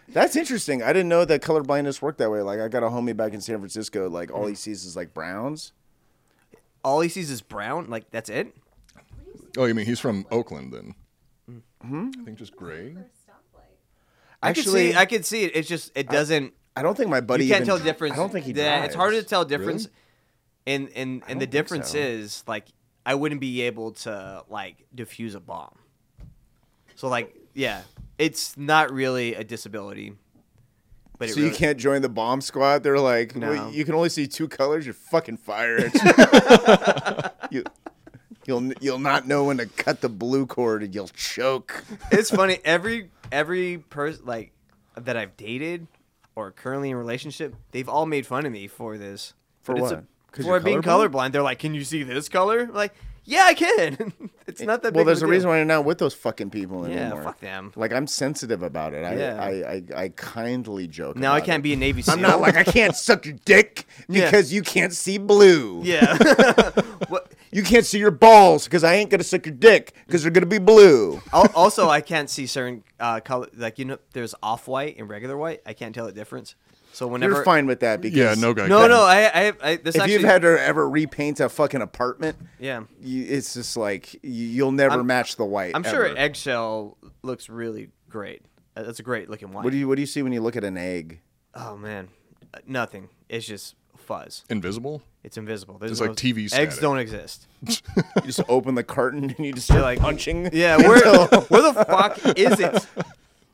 S4: That's interesting. I didn't know that color blindness worked that way. Like I got a homie back in San Francisco. Like all
S3: Mm.
S4: he sees is like browns.
S3: All he sees is brown. Like that's it.
S1: Oh, you mean he's from Oakland then?
S3: Mm-hmm.
S1: I think just gray.
S3: I
S4: Actually,
S3: could see, I could see it. It's just it doesn't.
S4: I don't think my buddy.
S3: you can't
S4: even-
S3: tell the difference.
S4: I don't think he.
S3: Yeah, It's harder to
S4: drives.
S3: tell difference. And and and the
S4: don't think
S3: difference
S4: so.
S3: is like I wouldn't be able to like defuse a bomb. So like yeah, it's not really a disability. But it
S4: So you
S3: really-
S4: can't join the bomb squad. They're like,
S3: No.
S4: well, you can only see two colors. You're fucking fired. you, you'll you'll not know when to cut the blue cord, and you'll choke.
S3: it's funny every every person like that I've dated or currently in a relationship, they've all made fun of me for this.
S4: For
S3: But it's
S4: what?
S3: a-
S4: 'Cause
S3: for
S4: you're
S3: being
S4: colorblind?
S3: colorblind, they're like, "Can you see this color?" I'm like, yeah, I can. it's not that.
S4: Eh, Well,
S3: big
S4: there's
S3: of
S4: a
S3: deal.
S4: reason why you're not with those fucking people
S3: Yeah,
S4: anymore.
S3: fuck them.
S4: Like I'm sensitive about it. I
S3: Yeah.
S4: I, I, I kindly joke.
S3: Now I
S4: about
S3: can't
S4: it.
S3: be a Navy SEAL.
S4: I'm not like I can't suck your dick
S3: Yeah.
S4: because you can't see blue.
S3: yeah. what,
S4: You can't see your balls because I ain't gonna suck your dick because they're gonna be blue.
S3: al- also, I can't see certain uh, color. Like you know, there's off white and regular white. I can't tell the difference. So whenever
S4: You're fine with that because
S1: Yeah, no guy.
S3: No,
S1: can.
S3: no, I, I, I this
S4: If
S3: actually.
S4: you've had to ever repaint a fucking apartment,
S3: yeah,
S4: you, it's just like you, you'll never
S3: I'm-
S4: match the white.
S3: I'm sure
S4: ever.
S3: eggshell looks really great. Uh, That's a great looking white.
S4: What do you What do you see when you look at an egg?
S3: Oh man, Uh, nothing. It's just fuzz.
S1: Invisible.
S3: It's invisible. There's
S1: It's like
S3: no-
S1: TV
S3: Eggs
S1: static.
S3: don't exist.
S4: You just open the carton and you just start
S3: like-
S4: punching.
S3: Yeah, where where the fuck is it?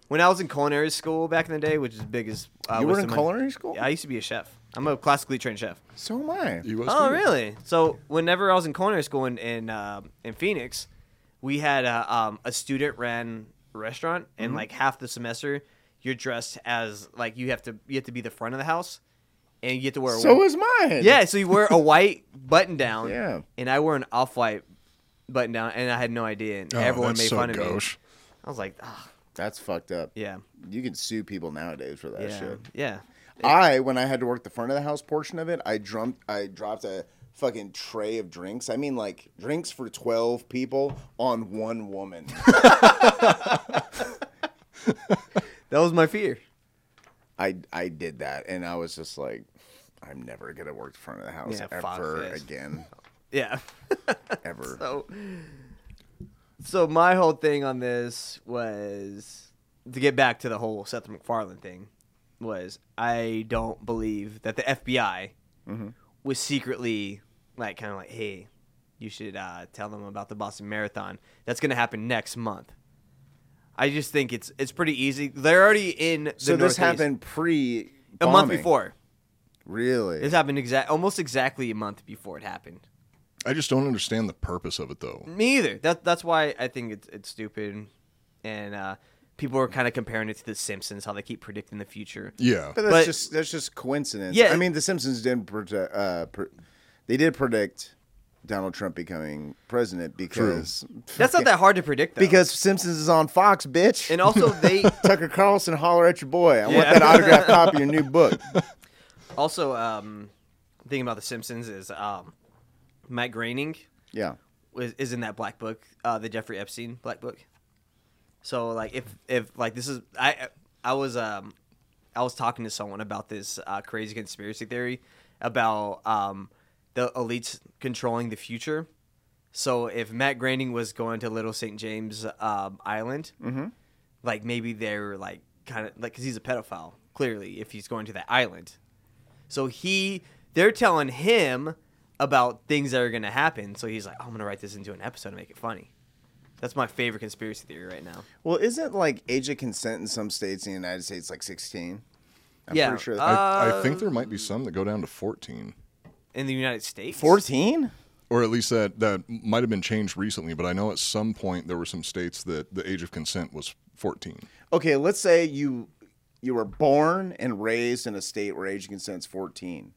S3: When I was in culinary school back in the day, which is big as uh,
S4: You were
S3: waste
S4: in
S3: of money-
S4: culinary school?
S3: Yeah, I used to be a chef. I'm a classically trained chef.
S4: So am I.
S1: He was
S3: Oh,
S1: too.
S3: really? So whenever I was in culinary school in in, um in Phoenix, we had a, um, a student ran restaurant,
S4: Mm-hmm.
S3: and like half the semester, you're dressed as like you have to you have to be the front of the house, and you get to wear a
S4: So is mine.
S3: yeah. So you wear a white button down,
S4: Yeah.
S3: and I wore an off white button down, and I had no idea, and
S1: Oh,
S3: everyone
S1: that's
S3: made
S1: so
S3: fun of me.
S1: gauche.
S3: I was like, ah,
S4: That's fucked up.
S3: yeah,
S4: You can sue people nowadays for that
S3: yeah,
S4: shit.
S3: yeah.
S4: I, when I had to work the front of the house portion of it, I drummed, I dropped a fucking tray of drinks. I mean, like drinks for twelve people on one woman.
S3: That was my fear.
S4: I, I did that, and I was just like, I'm never gonna work the front of the house
S3: Yeah, fuck
S4: ever
S3: this.
S4: again,
S3: Yeah.
S4: ever.
S3: So, so my whole thing on this was to get back to the whole Seth MacFarlane thing. Was I don't believe that the FBI
S4: Mm-hmm.
S3: was secretly like kind of like, hey, you should uh, tell them about the Boston Marathon. That's going to happen next month. I just think it's it's pretty easy. They're already in. The
S4: so
S3: Northeast.
S4: this happened pre
S3: a month before.
S4: Really?
S3: This happened exact almost exactly a month before it happened.
S1: I just don't understand the purpose of it though.
S3: Me either. That that's why I think it's it's stupid, and uh, people are kind of comparing it to The Simpsons, how they keep predicting the future.
S1: Yeah.
S4: But that's
S3: But-
S4: just that's just coincidence.
S3: Yeah.
S4: I mean, the Simpsons didn't predict. Uh, pre- they did predict Donald Trump becoming president because
S3: That's not that hard to predict, though.
S4: because Simpsons is on Fox, bitch.
S3: and also they
S4: Tucker Carlson, holler at your boy. I want
S3: Yeah.
S4: that autographed copy of your new book.
S3: also um, the thing about The Simpsons is um, Matt Groening
S4: Yeah.
S3: was, is in that black book, uh, the Jeffrey Epstein black book. So like if if like this is I I was um I was talking to someone about this uh, crazy conspiracy theory about um the elites controlling the future. So if Matt Groening was going to Little St James um, Island, like maybe they're like kind of like because he's a pedophile clearly if he's going to that island. So he they're telling him about things that are going to happen. So he's like, "Oh, I'm going to write this into an episode and make it funny. That's my favorite conspiracy theory right now.
S4: Well, isn't like age of consent in some states in the United States like 16? I'm
S3: yeah,
S4: pretty sure.
S3: uh,
S1: I, I think there might be some that go down to 14.
S3: in the United States,
S4: 14?
S1: Or at least that that might have been changed recently, but I know at some point there were some states that the age of consent was 14.
S4: Okay, let's say you you were born and raised in a state where age of consent's 14.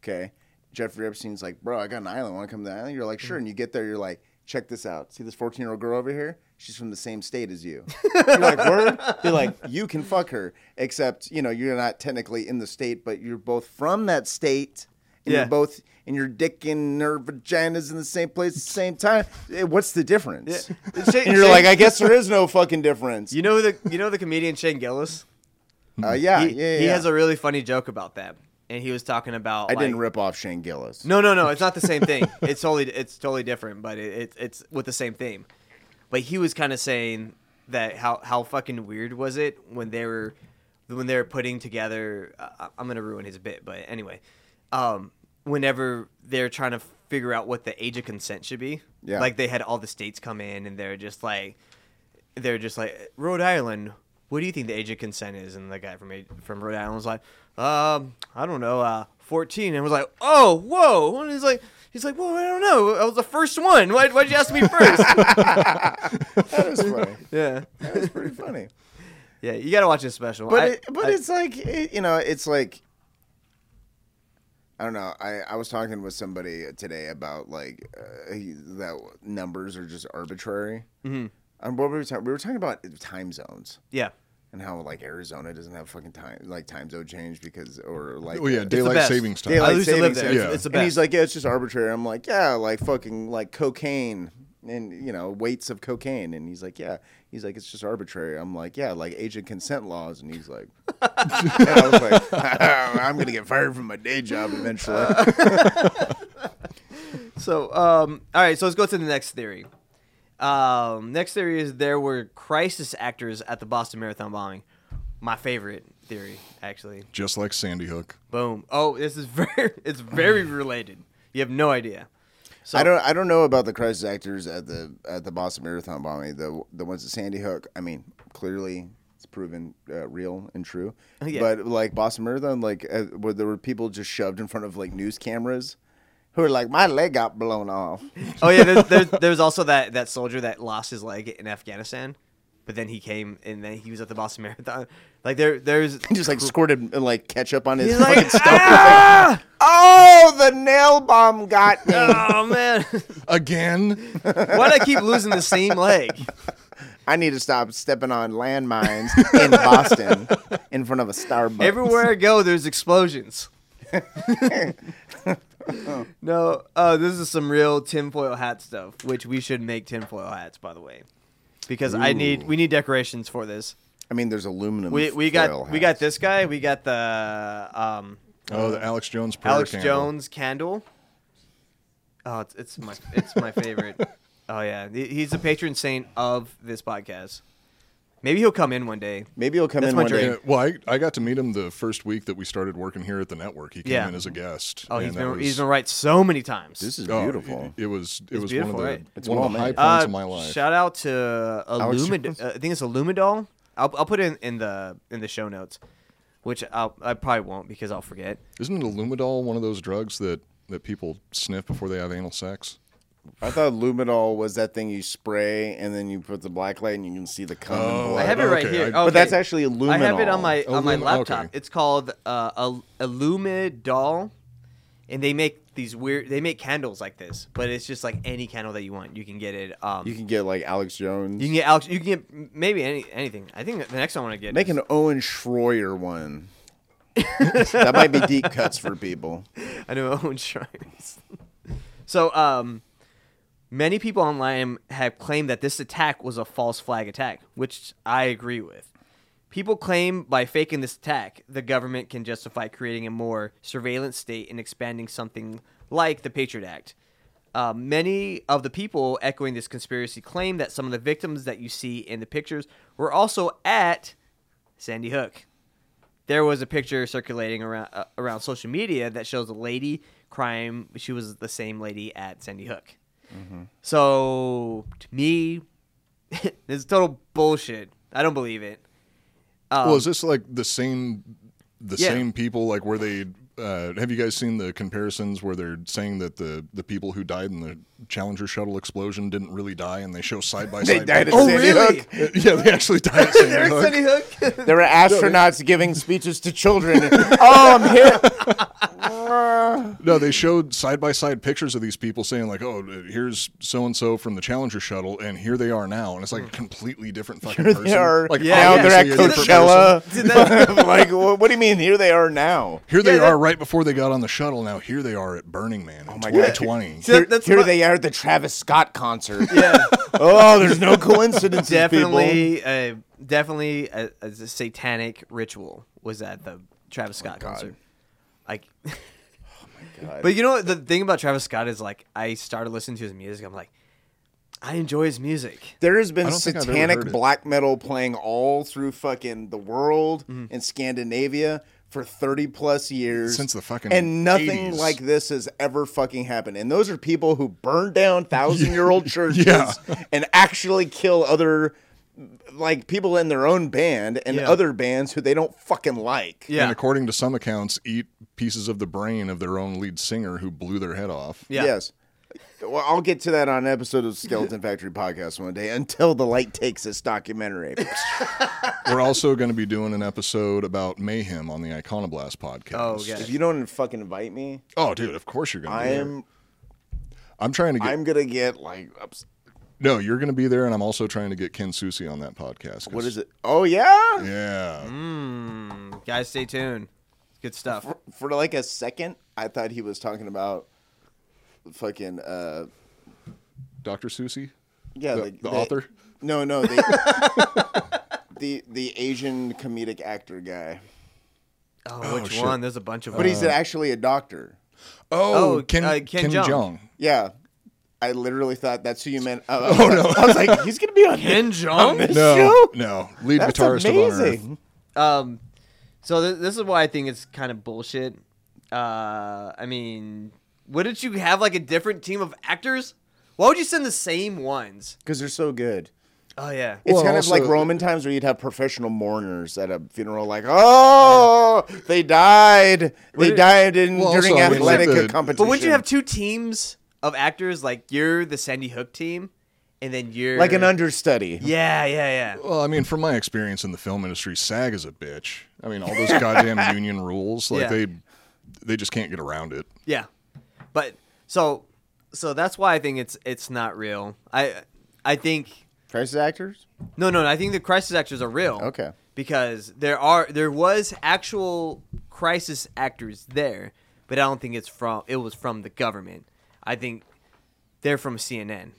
S4: Okay. Jeffrey Epstein's like, bro, I got an island. Want to come to the island? You're like,
S3: Mm.
S4: sure. And you get there, you're like, check this out. See this 14 year old girl over here? She's from the same state as you. You're like, word? They're like, you can fuck her. Except, you know, you're not technically in the state, but you're both from that state and
S3: Yeah.
S4: you're both and your dick and her vagina's in the same place at the same time. Eh, What's the difference?
S3: Shane-
S4: And you're
S3: Shane-
S4: like, I guess there is no fucking difference.
S3: you know the you know the comedian Shane Gillis.
S4: Uh, yeah,
S3: He,
S4: yeah, yeah.
S3: he has a really funny joke about that, and he was talking about.
S4: I
S3: like-
S4: didn't rip off Shane Gillis.
S3: No, no, no. It's not the same thing. it's totally it's totally different, but it, it it's with the same theme. But he was kind of saying that how how fucking weird was it when they were when they were putting together. I, I'm gonna ruin his bit, but anyway, um, whenever they're trying to figure out what the age of consent should be,
S4: Yeah.
S3: like they had all the states come in and they're just like they're just like Rhode Island. What do you think the age of consent is? And the guy from A- from Rhode Island was like, um, I don't know, uh, fourteen. And was like, oh, whoa. And he's like, he's like, well, I don't know. I was the first one. Why why'd you ask me first?
S4: That was funny.
S3: yeah,
S4: That was pretty funny.
S3: yeah. You gotta watch this special.
S4: But
S3: I-
S4: it, but
S3: I-
S4: it's like it, you know, it's like I don't know. I, I was talking with somebody today about like uh, he- that numbers are just arbitrary. Mm-hmm. And what were we talking? We were talking about time zones
S3: yeah,
S4: and how like Arizona doesn't have fucking time like time zone change because or like
S1: Oh yeah,
S4: uh,
S1: daylight
S3: best.
S1: savings time.
S4: daylight
S3: I used to live
S4: savings
S3: there. It's,
S4: time.
S3: it's the best.
S4: And he's like, yeah, it's just arbitrary. I'm like, yeah, like fucking like cocaine and you know weights of cocaine. And he's like, yeah. He's like, it's just arbitrary. I'm like, yeah, like age of consent laws. And he's like, and I was like, I'm gonna get fired from my day job eventually.
S3: So, um, all right, so let's go to the next theory. Um, next theory is there were crisis actors at the Boston Marathon bombing. My favorite theory, actually.
S1: Just like Sandy Hook.
S3: Boom. Oh, this is very, it's very related. You have no idea. So,
S4: I don't I don't know about the crisis actors at the at the Boston Marathon bombing. The the ones at Sandy Hook. I mean, clearly it's proven uh, real and true.
S3: Oh, yeah.
S4: But like Boston Marathon, like uh, where there were people just shoved in front of like news cameras, who were like, my leg got blown off.
S3: Oh yeah, there's, there's, there's also that that soldier that lost his leg in Afghanistan, but then he came and then he was at the Boston Marathon. Like there, there's
S4: just like squirted uh, like ketchup on his.
S3: he's
S4: fucking
S3: like,
S4: stomach.
S3: "Ah!
S4: oh, the nail bomb got me.
S3: oh man,
S1: Again?
S3: why do I keep losing the same leg?
S4: I need to stop stepping on landmines in Boston in front of a Starbucks.
S3: Everywhere I go, there's explosions. no, uh, this is some real tinfoil hat stuff, which we should make tinfoil hats, by the way, because I need we need decorations for this.
S4: I mean, there's aluminum.
S3: We we got
S4: foil
S3: we got
S4: hats.
S3: this guy, we got the um,
S1: Oh, the Alex Jones prayer
S3: Alex
S1: candle.
S3: Jones candle. Oh, it's, it's my it's my favorite. oh yeah, He- he's the patron saint of this podcast. Maybe he'll come in one day.
S4: Maybe he'll come
S3: That's
S4: in
S3: my
S4: one day.
S3: dream.
S1: Yeah, well, I, I got to meet him the first week that we started working here at the network. He came
S3: Yeah.
S1: in as a guest.
S3: Oh, he's
S1: and that
S3: been
S1: was-
S3: he's been right so many times.
S4: This is
S1: oh,
S4: beautiful.
S1: It, it was it was one of
S3: beautiful,
S1: the
S3: right?
S4: It's
S1: one of the
S4: well
S1: high
S4: made.
S1: points of my life.
S3: Uh, Shout out to Illumid-
S4: Jones.
S3: uh, I think it's Illumidol. I'll, I'll put it in, in the in the show notes, which I'll, I probably won't because I'll forget.
S1: Isn't Illumidol one of those drugs that that people sniff before they have anal sex?
S4: I thought luminol was that thing you spray and then you put the black light and you can see the cum and
S1: Oh,
S4: blood.
S3: I have it right
S1: okay,
S3: here.
S1: I-
S3: okay.
S4: But that's actually luminol.
S3: I have it on my on my
S1: Illumi-
S3: laptop.
S1: okay.
S3: It's called uh, Ill- Illumidol, and they make these weird. They make candles like this, but it's just like any candle that you want. You can get it. Um,
S4: You can get like Alex Jones.
S3: you can get Alex. You can get maybe any anything. I think the next one I want to get
S4: make
S3: is-
S4: an Owen Schroyer one. that might be deep cuts for people.
S3: I know own shrines. so, um, many people online have claimed that this attack was a false flag attack, which I agree with. People claim by faking this attack, the government can justify creating a more surveillance state and expanding something like the Patriot Act. Uh, many of the people echoing this conspiracy claim that some of the victims that you see in the pictures were also at Sandy Hook there was a picture circulating around uh, around social media that shows a lady crying. She was the same lady at Sandy Hook. So to me, this is total bullshit. I don't believe it.
S4: Um,
S1: well, is this like the same the
S3: Yeah.
S1: same people? Like, were they? Uh, have you guys seen the comparisons where they're saying that the the people who died in the Challenger shuttle explosion didn't really die, and they show side by
S4: They
S1: side?
S4: died at
S1: pictures? Oh,
S4: Sandy
S3: really?
S4: Hook.
S1: yeah, they actually died. At Sandy Hook.
S3: Sandy Hook.
S4: There were astronauts giving speeches to children. oh, I'm here.
S1: No, they showed side by side pictures of these people saying like, "Oh, here's so and so from the Challenger shuttle, and here they are now," and it's like a completely different fucking person.
S4: They are
S1: like
S3: Yeah,
S4: now they're at
S1: obviously a different person.
S4: Coachella.
S3: Did that-
S4: like, wha- what do you mean? Here they are now.
S1: Here they
S3: Yeah, that-
S1: are right before they got on the shuttle. Now here they are at Burning Man. Oh my
S4: my God.
S1: god, twenty.
S3: See, that-
S4: Here,
S3: that's
S4: here
S3: my-
S4: they are at the Travis Scott concert.
S3: Yeah,
S4: oh, there's no coincidence.
S3: definitely, a, definitely a, a satanic ritual was at the Travis Scott
S4: God.
S3: concert. Like, but you know what? The thing about Travis Scott is like, I started listening to his music. I'm like, I enjoy his music.
S4: There has been
S1: I don't think I've ever heard
S4: satanic
S1: it.
S4: black metal playing all through fucking the world and Scandinavia for 30 plus years.
S1: Mm-hmm. Since the fucking
S4: And nothing
S1: 80s.
S4: like this has ever fucking happened. And those are people who burn down thousand year old churches
S1: Yeah.
S4: and actually kill other, like people in their own band and
S3: Yeah.
S4: other bands who they don't fucking like.
S3: Yeah,
S1: And according to some accounts, eat pieces of the brain of their own lead singer who blew their head off.
S3: yeah.
S4: Yes. Well, I'll get to that on an episode of Skeleton Factory podcast one day until the light takes this documentary.
S1: We're also going to be doing an episode about mayhem on the Iconoblast podcast.
S3: Oh, okay.
S4: if you don't fucking invite me,
S1: Oh, dude, of course you're going to
S4: I
S1: be there.
S4: am
S1: I'm trying to get.
S4: I'm gonna get like ups-
S1: No, you're going to be there, and I'm also trying to get Ken Susi on that podcast. 'cause-
S4: what is it? Oh yeah,
S1: Yeah.
S3: Mm, guys, stay tuned. Good stuff.
S4: for like a second, I thought he was talking about fucking uh
S1: Dr. Susi?
S4: yeah
S1: The-
S4: like
S1: the author?
S4: No, no, they, the the Asian comedic actor guy,
S3: Oh, which
S1: shit.
S3: one? There's a bunch of
S4: but
S3: them.
S1: Uh.
S4: he's actually a doctor.
S1: Oh,
S3: Oh,
S1: Ken,
S3: uh, Ken
S1: Ken,
S3: Jeong.
S1: Jeong.
S4: Yeah, I literally thought that's who you meant. I- I
S1: Oh,
S4: was like- I was like, he's gonna be on
S3: Ken Jeong?
S4: this
S1: No,
S4: show.
S1: no. Lead
S4: That's
S1: guitarist of On Earth.
S4: amazing.
S3: Um, so th- this is why I think it's kind of bullshit. Uh, I mean, wouldn't you have like a different team of actors? Why would you send the same ones?
S4: because they're so good.
S3: Oh yeah,
S4: It's
S1: Well,
S4: kind of like
S1: also-
S4: Roman times where you'd have professional mourners at a funeral, like, "Oh, they died. They
S3: it-
S4: died in
S1: Well,
S4: during
S1: also, I mean,
S4: athletic
S1: like the-
S4: competition."
S3: but wouldn't you have two teams of actors? Like you're the Sandy Hook team, and then you're
S4: like an understudy?
S3: Yeah, yeah, yeah.
S1: Well, I mean, from my experience in the film industry, SAG is a bitch. I mean, all those goddamn union rules, like
S3: Yeah.
S1: they they just can't get around it.
S3: Yeah, but so so that's why I think it's it's not real. I I think
S4: Crisis actors?
S3: No, no, no, I think the crisis actors are real.
S4: Okay.
S3: Because there are there was actual crisis actors there, but I don't think it's from it was from the government. I think they're from CNN.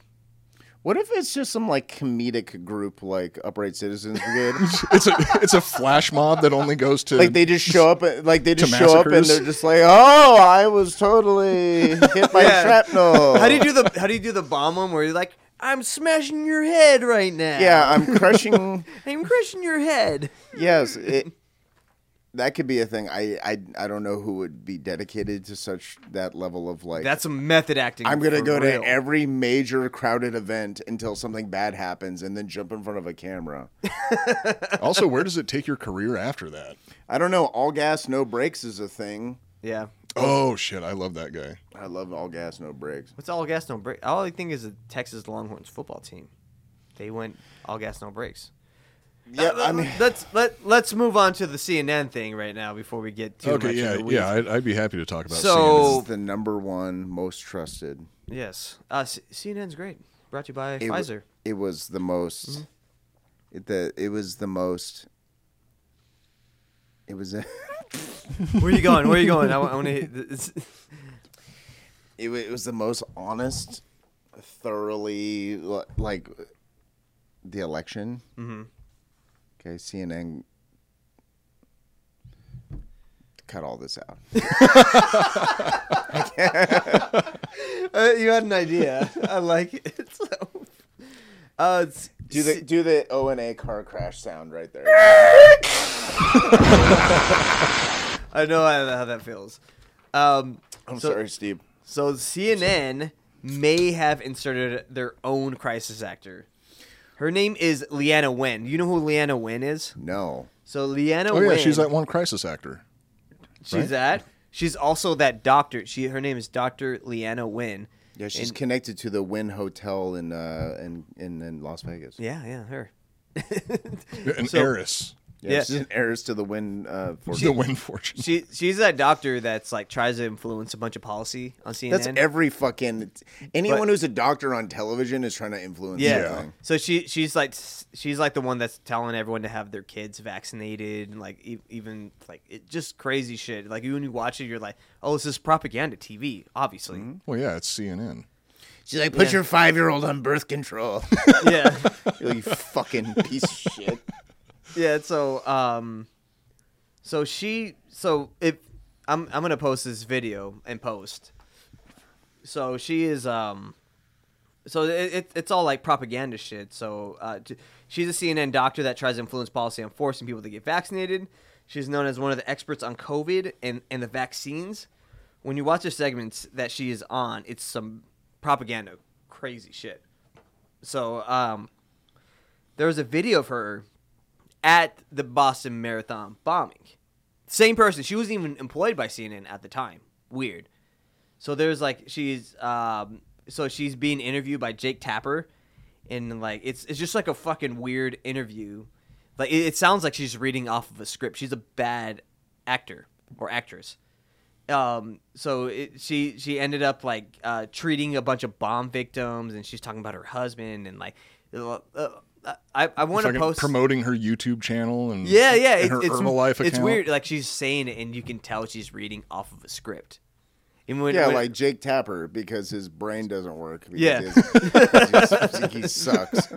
S4: What if it's just some like comedic group, like Upright Citizens Brigade?
S1: It's a it's a flash mob that only goes to
S4: like they just show up, uh, like they just show up and
S1: massacres?
S4: they're just like, "Oh, I was totally hit by
S3: Yeah.
S4: shrapnel."
S3: How do you do the How do you do the bomb one where you're like, I'm smashing your head right now.
S4: yeah, I'm crushing.
S3: I'm crushing your head.
S4: yes, it, that could be a thing. I, I I don't know who would be dedicated to such that level of like.
S3: That's some method acting.
S4: I'm gonna
S3: for
S4: go
S3: real.
S4: to every major crowded event until something bad happens, and then jump in front of a camera.
S1: Also, where does it take your career after that?
S4: I don't know. All gas, no brakes is a thing.
S3: Yeah.
S1: Oh shit, I love that guy.
S4: I love all gas, no brakes.
S3: What's all gas no break? All I think is the Texas Longhorns football team. They went all gas no breaks.
S4: Yeah,
S3: Uh,
S4: I mean,
S3: let's let let's move on to the CNN thing right now before we get too
S1: okay,
S3: much
S1: yeah,
S3: into the
S1: yeah,
S3: weeds.
S1: I'd, I'd be happy to talk about.
S3: So-
S1: CNN.
S4: this is the number one most trusted.
S3: Yes, uh, C- CNN's great. Brought to you by
S4: It wa-
S3: Pfizer. Mm-hmm.
S4: It was the most. It, the it was the most. It was. A,
S3: Where are you going? Where are you going? I, want to.
S4: it, wa- it was the most honest, thoroughly li- like the election. Mm-hmm. Okay, CNN cut all this out.
S3: Uh, you had an idea. I like it. So, uh, it's-
S4: Do
S3: C-
S4: the do the O and A car crash sound right there.
S3: I know how, how that feels. Um,
S4: I'm
S3: so,
S4: sorry, Steve.
S3: So CNN may have inserted their own crisis actor. Her name is Leanna Wen. You know who Leanna Wen is?
S4: No.
S3: So Leanna
S1: Oh
S3: Wen.
S1: yeah, she's that one crisis actor.
S3: She's that. She's also that doctor. She her name is Doctor Leanna Wynn.
S4: Yeah, she's
S3: And-
S4: connected to the Wynn Hotel in uh in in, in Las Vegas.
S3: yeah, yeah, her.
S1: An
S3: So-
S1: heiress.
S4: Yeah,
S3: Yeah.
S4: she's an heiress to the wind. Uh, fortune.
S1: the wind fortune.
S3: She she's that doctor that's like tries to influence a bunch of policy on CNN.
S4: That's every fucking anyone
S3: But-
S4: who's a doctor on television is trying to influence
S3: yeah.
S4: something.
S3: So she she's like s- she's like the one that's telling everyone to have their kids vaccinated and like e- even like it just crazy shit. Like when you watch it, you're like, oh, this is propaganda TV, obviously.
S1: Well, yeah, it's CNN.
S4: She's like, put
S3: Yeah.
S4: your five year old on birth control.
S3: Yeah,
S4: you fucking piece of shit.
S3: yeah. So um, so she so if I'm I'm gonna post this video and post. So she is um. So it, it, it's all like propaganda shit. So uh, j- she's a CNN doctor that tries to influence policy on forcing people to get vaccinated. She's known as one of the experts on COVID and, and the vaccines. When you watch the segments that she is on, it's some propaganda, crazy shit. So um, there was a video of her at the Boston Marathon bombing. Same person. She wasn't even employed by CNN at the time. Weird. So there's like she's um so she's being interviewed by Jake Tapper and like it's it's just like a fucking weird interview. Like it, it sounds like she's reading off of a script. She's a bad actor or actress. Um so it, she she ended up like uh treating a bunch of bomb victims and she's talking about her husband and like uh, I I want to
S1: Fucking
S3: post
S1: promoting her YouTube channel and
S3: yeah, yeah.
S1: and
S3: It's,
S1: her
S3: it's,
S1: Herbalife account.
S3: it's weird. Like she's saying it, and you can tell she's reading off of a script. And when,
S4: Yeah,
S3: when-
S4: like Jake Tapper because his brain doesn't work. Because
S3: Yeah.
S4: his- because his- he sucks.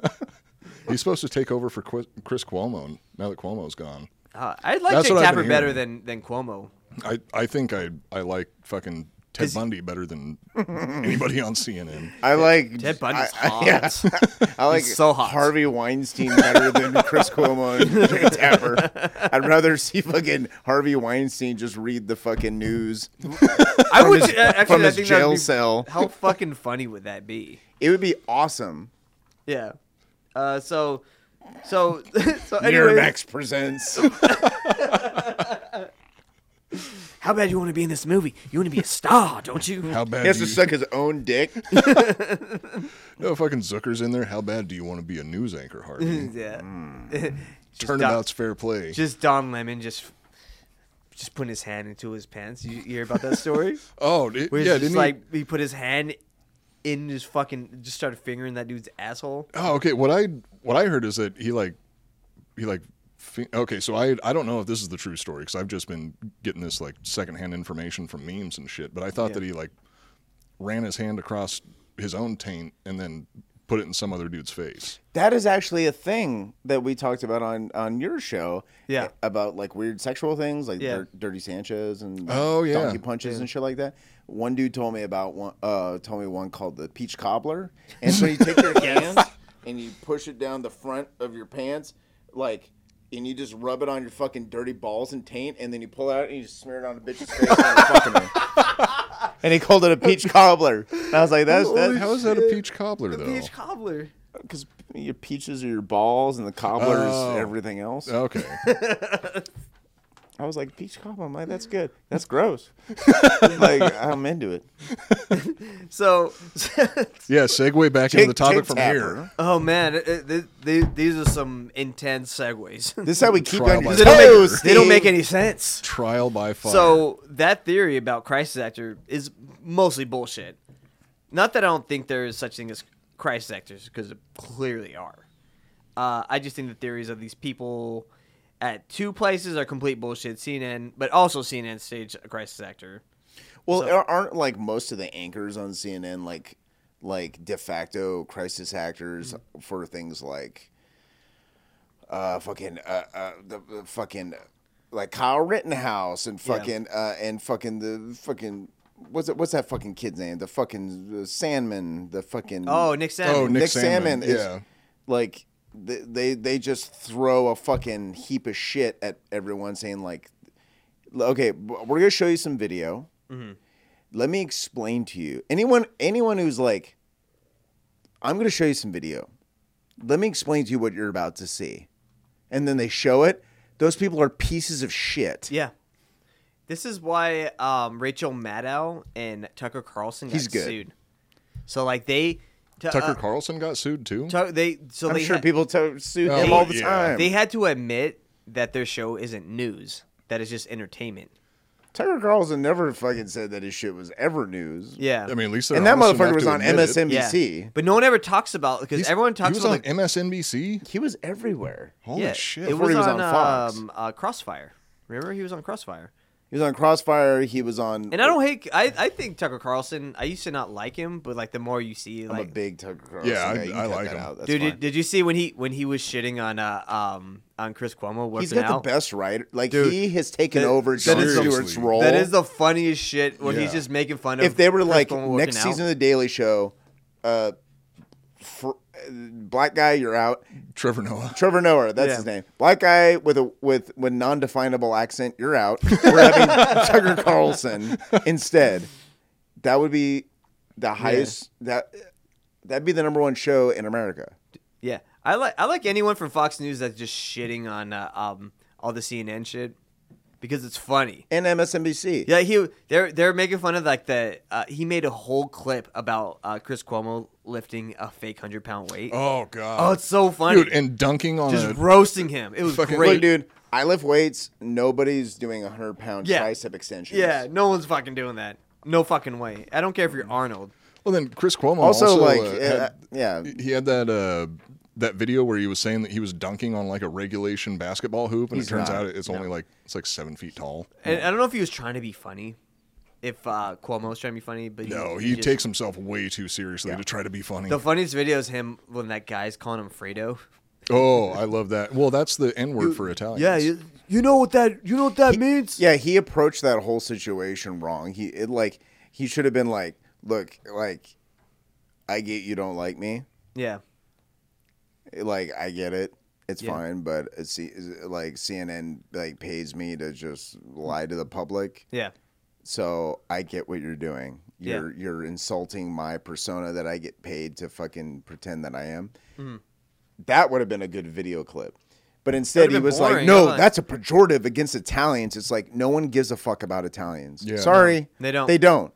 S1: He's supposed to take over for Qu- Chris Cuomo now that Cuomo's gone.
S3: uh, I like
S1: That's
S3: Jake
S1: what I've been
S3: Tapper better
S1: hearing.
S3: than than Cuomo.
S1: I, I think I I like fucking Ted
S3: Is he-
S1: Bundy better than anybody on CNN.
S4: I like
S3: Ted Bundy's
S4: I,
S3: hot.
S4: I, yeah, I like
S3: so hot.
S4: Harvey Weinstein better than Chris Cuomo and Jake Tapper. I'd rather see fucking Harvey Weinstein just read the fucking news
S3: I would
S4: his-
S3: uh, actually.
S4: from
S3: I
S4: his
S3: think that'd
S4: jail
S3: be-
S4: cell.
S3: How fucking funny would that be?
S4: It would be awesome.
S3: Yeah. Uh, so, so, so. Anyway,
S4: Miramax presents.
S3: how bad you want to be in this movie? You want to be a star, don't you?
S1: How bad?
S4: He has
S1: do
S4: to
S1: you-
S4: suck his own dick.
S1: No fucking Zucker's in there. How bad do you want to be a news anchor, Harvey?
S3: yeah. Mm-hmm.
S4: Mm.
S3: Just Don-
S1: Turnabout's fair play.
S3: Just Don Lemon just. Just putting his hand into his pants. You you hear about that story?
S1: oh, it,
S3: Where
S1: yeah, didn't
S3: it's just
S1: he?
S3: like he put his hand in his fucking just started fingering that dude's asshole.
S1: Oh, okay. What I what I heard is that he like he like fi- okay. So I I don't know if this is the true story because I've just been getting this like secondhand information from memes and shit. But I thought that he like ran his hand across his own taint and then put it in some other dude's face.
S4: That is actually a thing that we talked about on on your show. eh,
S3: Yeah.
S4: About like weird sexual things, like
S3: Yeah.
S4: dir- Dirty Sanchez and
S1: Oh, yeah.
S4: donkey punches and shit like that. One dude told me about one. Uh, told me one called the peach cobbler. And so you take your hands and you push it down the front of your pants, like. And you just rub it on your fucking dirty balls and taint, and then you pull it out and you just smear it on the bitch's face. and, you're fucking her. and he called it a peach cobbler. And I was like, "That's that's
S1: How is that a peach cobbler though?
S3: Peach cobbler.
S4: because your peaches are your balls and the cobbler
S1: Oh.
S4: is everything else.
S1: Okay.
S4: I was like, peach cobbler. I'm like, that's good. That's gross. like, I'm into it.
S3: So,
S1: Yeah. Segue back into the topic from here.
S3: oh man, it, it, th- th- these are some intense segues.
S4: This is how we keep you on your
S1: Trial by
S3: they,
S4: toes.
S3: don't make,
S4: Steve.
S3: they don't make any sense.
S1: Trial by fire.
S3: So that theory about crisis actor is mostly bullshit. Not that I don't think there is such thing as crisis actors, because clearly are. Uh, I just think the theories of these people at two places are complete bullshit. CNN, but also CNN staged a crisis actor.
S4: Well, ar- aren't like most of the anchors on CNN like like de facto crisis actors for things like uh fucking uh, uh the, the fucking uh, like Kyle Rittenhouse and fucking uh and fucking the fucking what's it what's that fucking kid's name the fucking the Sandman the fucking
S3: Oh, Nick Salmon.
S1: Oh, Nick
S4: Nick Salmon,
S1: Salmon,
S4: is
S1: yeah.
S4: like th- they they just throw a fucking heap of shit at everyone saying like okay b- we're gonna show you some video
S3: Mm-hmm.
S4: let me explain to you anyone anyone who's like i'm gonna show you some video let me explain to you what you're about to see and then they show it those people are pieces of shit
S3: Yeah. This is why um, Rachel Maddow and Tucker Carlson got
S4: He's good.
S3: sued. So like they Tu-
S1: Tucker
S3: uh,
S1: Carlson got sued too.
S3: Tu- they so
S4: i'm
S3: they
S4: sure
S3: had-
S4: people t- sue
S1: Oh,
S4: him all the
S1: yeah.
S4: time
S3: They had to admit that their show isn't news. That is just entertainment.
S4: Tucker Carlson never fucking said that his shit was ever news.
S3: Yeah.
S1: I mean, at least they're
S4: and that
S1: honest enough
S4: motherfucker was
S1: to
S4: on
S1: admit it.
S3: yeah.
S4: MSNBC.
S3: But no one ever talks about because
S1: He's-
S3: everyone
S1: He
S3: talks
S1: was
S3: about
S1: on
S3: the-
S1: MSNBC.
S4: He was everywhere.
S1: Holy
S3: yeah,
S1: shit!
S3: It
S4: Before
S3: was,
S4: he was
S3: on,
S4: on Fox.
S3: um, uh, Crossfire. Remember he was on Crossfire.
S4: He was on Crossfire. He was on.
S3: And I don't hate. I, I think Tucker Carlson. I used to not like him, but like the more you see,
S4: I'm
S3: like,
S4: a big Tucker Carlson.
S1: Yeah, I-
S4: guy. You can
S1: I
S4: cut
S1: like
S4: that
S1: him.
S4: out. That's
S3: dude,
S4: fine.
S3: did, did you see when he when he was shitting on uh um on Chris Cuomo working
S4: he's got
S3: out?
S4: the best writer. Like
S3: Dude,
S4: he has taken
S3: that-
S4: over
S3: that
S4: Jon
S1: is the-
S4: Stewart's role.
S3: That is the funniest shit when he's
S1: Yeah.
S3: just making fun of.
S4: if they were
S3: Chris
S4: like
S3: Cuomo working
S4: next
S3: out.
S4: season of the Daily Show, uh, fr- uh, black guy, you're out.
S1: Trevor Noah.
S4: Trevor Noah, that's
S3: Yeah.
S4: his name. Black guy with a with with non-definable accent, you're out. We're having Tucker Carlson instead. That would be the highest that that'd be the number one show in America.
S3: yeah, I like I like anyone from Fox News that's just shitting on uh, um all the CNN shit because it's funny.
S4: And MSNBC.
S3: Yeah, he they're they're making fun of like the uh, he made a whole clip about uh, Chris Cuomo lifting a fake hundred pound weight. Oh,
S1: Oh god.
S3: it's so funny,
S1: dude, and dunking on
S3: just
S1: a
S3: roasting him. It was
S1: Fucking-
S3: great,
S4: Look, dude, I lift weights. Nobody's doing a hundred pound
S3: Yeah.
S4: tricep extensions.
S3: Yeah, no one's fucking doing that. No fucking way. I don't care if
S1: Mm.
S3: you're Arnold.
S1: Well, then Chris Cuomo
S4: Also,
S1: also,
S4: like,
S1: uh,
S4: uh,
S1: had-
S4: yeah.
S1: he had that uh, that video where he was saying that he was dunking on like a regulation basketball hoop, and
S4: He's
S1: it turns
S4: not.
S1: out it's only like it's like seven feet tall.
S3: And I don't know if he was trying to be funny, if uh, Cuomo's trying to be funny, but
S1: No,
S3: he,
S1: he
S3: just-
S1: takes himself way too seriously to try to be funny.
S3: the funniest video is him when that guy's calling him Fredo.
S1: oh, I love that. Well, that's the N word for Italian.
S3: you know what that you know what that means.
S4: Yeah, he approached that whole situation wrong. He it, like he should have been like, look, like I get you don't like me.
S3: yeah,
S4: Like I get it. It's
S3: Yeah.
S4: fine, but it's, C- is- like CNN like pays me to just lie to the public.
S3: yeah.
S4: So I get what you're doing.
S3: Yeah.
S4: You're you're insulting my persona that I get paid to fucking pretend that I am.
S3: Mm-hmm.
S4: That would have been a good video clip. But instead
S3: That'd
S4: he
S3: have been
S4: was like,
S3: boring,
S4: "No,
S3: yeah.
S4: that's a pejorative against Italians." It's like no one gives a fuck about Italians.
S1: Yeah.
S4: Sorry.
S3: No, they don't.
S4: They don't.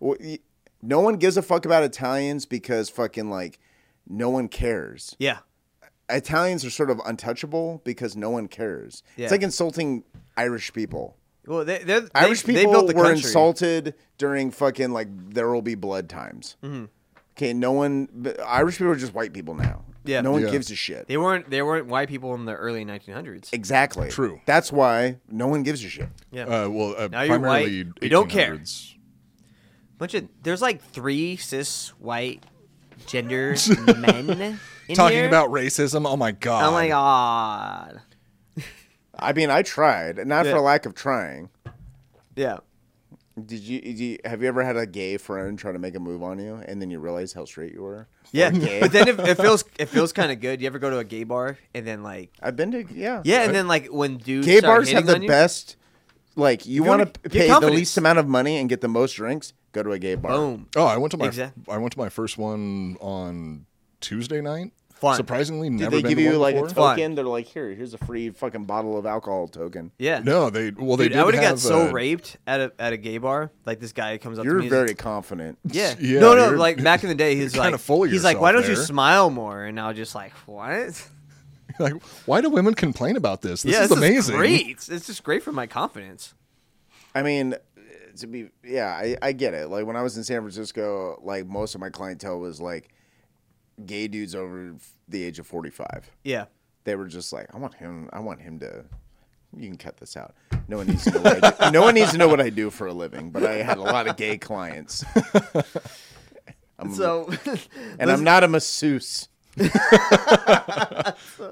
S4: Well, y- No one gives a fuck about Italians because fucking like no one cares.
S3: Yeah.
S4: Italians are sort of untouchable because no one cares.
S3: Yeah.
S4: It's like insulting Irish people.
S3: Well, they, they're, they
S4: Irish people
S3: they built the
S4: were
S3: country.
S4: insulted during fucking like there will be blood times.
S3: Mm-hmm.
S4: Okay, no one. but Irish people are just white people now.
S3: Yeah.
S4: no one
S1: Yeah.
S4: gives a shit.
S3: They weren't they weren't white people in the early 1900s.
S4: exactly.
S1: True.
S4: That's why no one gives a shit.
S3: Yeah,
S1: Uh, well, uh,
S3: Now you're
S1: primarily
S3: white. We don't care.
S1: 1800s.
S3: bunch of there's like three cis white gender men in
S1: Talking
S3: here.
S1: about racism. Oh my god.
S3: Oh my god.
S4: I mean, I tried, not
S3: Yeah.
S4: for lack of trying.
S3: Yeah.
S4: Did you, did you- Have you ever had a gay friend try to make a move on you, and then you realize how straight you were?
S3: Yeah,
S4: gay.
S3: but then it, it feels it feels kind of good. You ever go to a gay bar and then like
S4: I've been to yeah.
S3: yeah, and then like when dudes
S4: Gay
S3: start
S4: bars have
S3: hitting
S4: the
S3: on you-
S4: best. Like you
S3: Go
S4: want
S3: to-
S4: to
S3: get
S4: pay the
S3: confidence.
S4: least amount of money and get the most drinks. Go to a gay bar.
S3: Boom.
S1: Oh, I went to my
S3: Exact-
S1: I went to my first one on Tuesday night.
S3: Fun.
S1: Surprisingly,
S4: Did
S1: never
S4: they
S1: been
S4: give
S1: to
S4: you
S1: one
S4: like a
S1: before.
S3: Fun.
S4: token? They're like, here, here's a free fucking bottle of alcohol token.
S3: Yeah.
S1: No, they well they
S3: Dude,
S1: did
S3: I would have got
S1: have,
S3: so
S1: uh,
S3: raped at a at a gay bar. Like this guy comes up
S4: You're
S3: to me. he's
S4: very confident.
S3: like, yeah.
S1: Yeah,
S3: No, no.
S1: you're-
S3: Like back in the day, he's
S1: you're
S3: like
S1: kinda full of
S3: he's like, why don't
S1: yourself
S3: you
S1: there."
S3: smile more? And I was just like, what?
S1: Like, why do women complain about this? This
S3: yeah,
S1: is
S3: this
S1: amazing.
S3: Is great. It's just great for my confidence.
S4: I mean, to be, yeah, I, I get it. Like when I was in San Francisco, like most of my clientele was like gay dudes over the age of 45.
S3: Yeah.
S4: They were just like, I want him, I want him to. You can cut this out. No one needs to know. What I do. No one needs to know what I do for a living. But I had a lot of gay clients,
S3: So
S4: and I'm not a masseuse.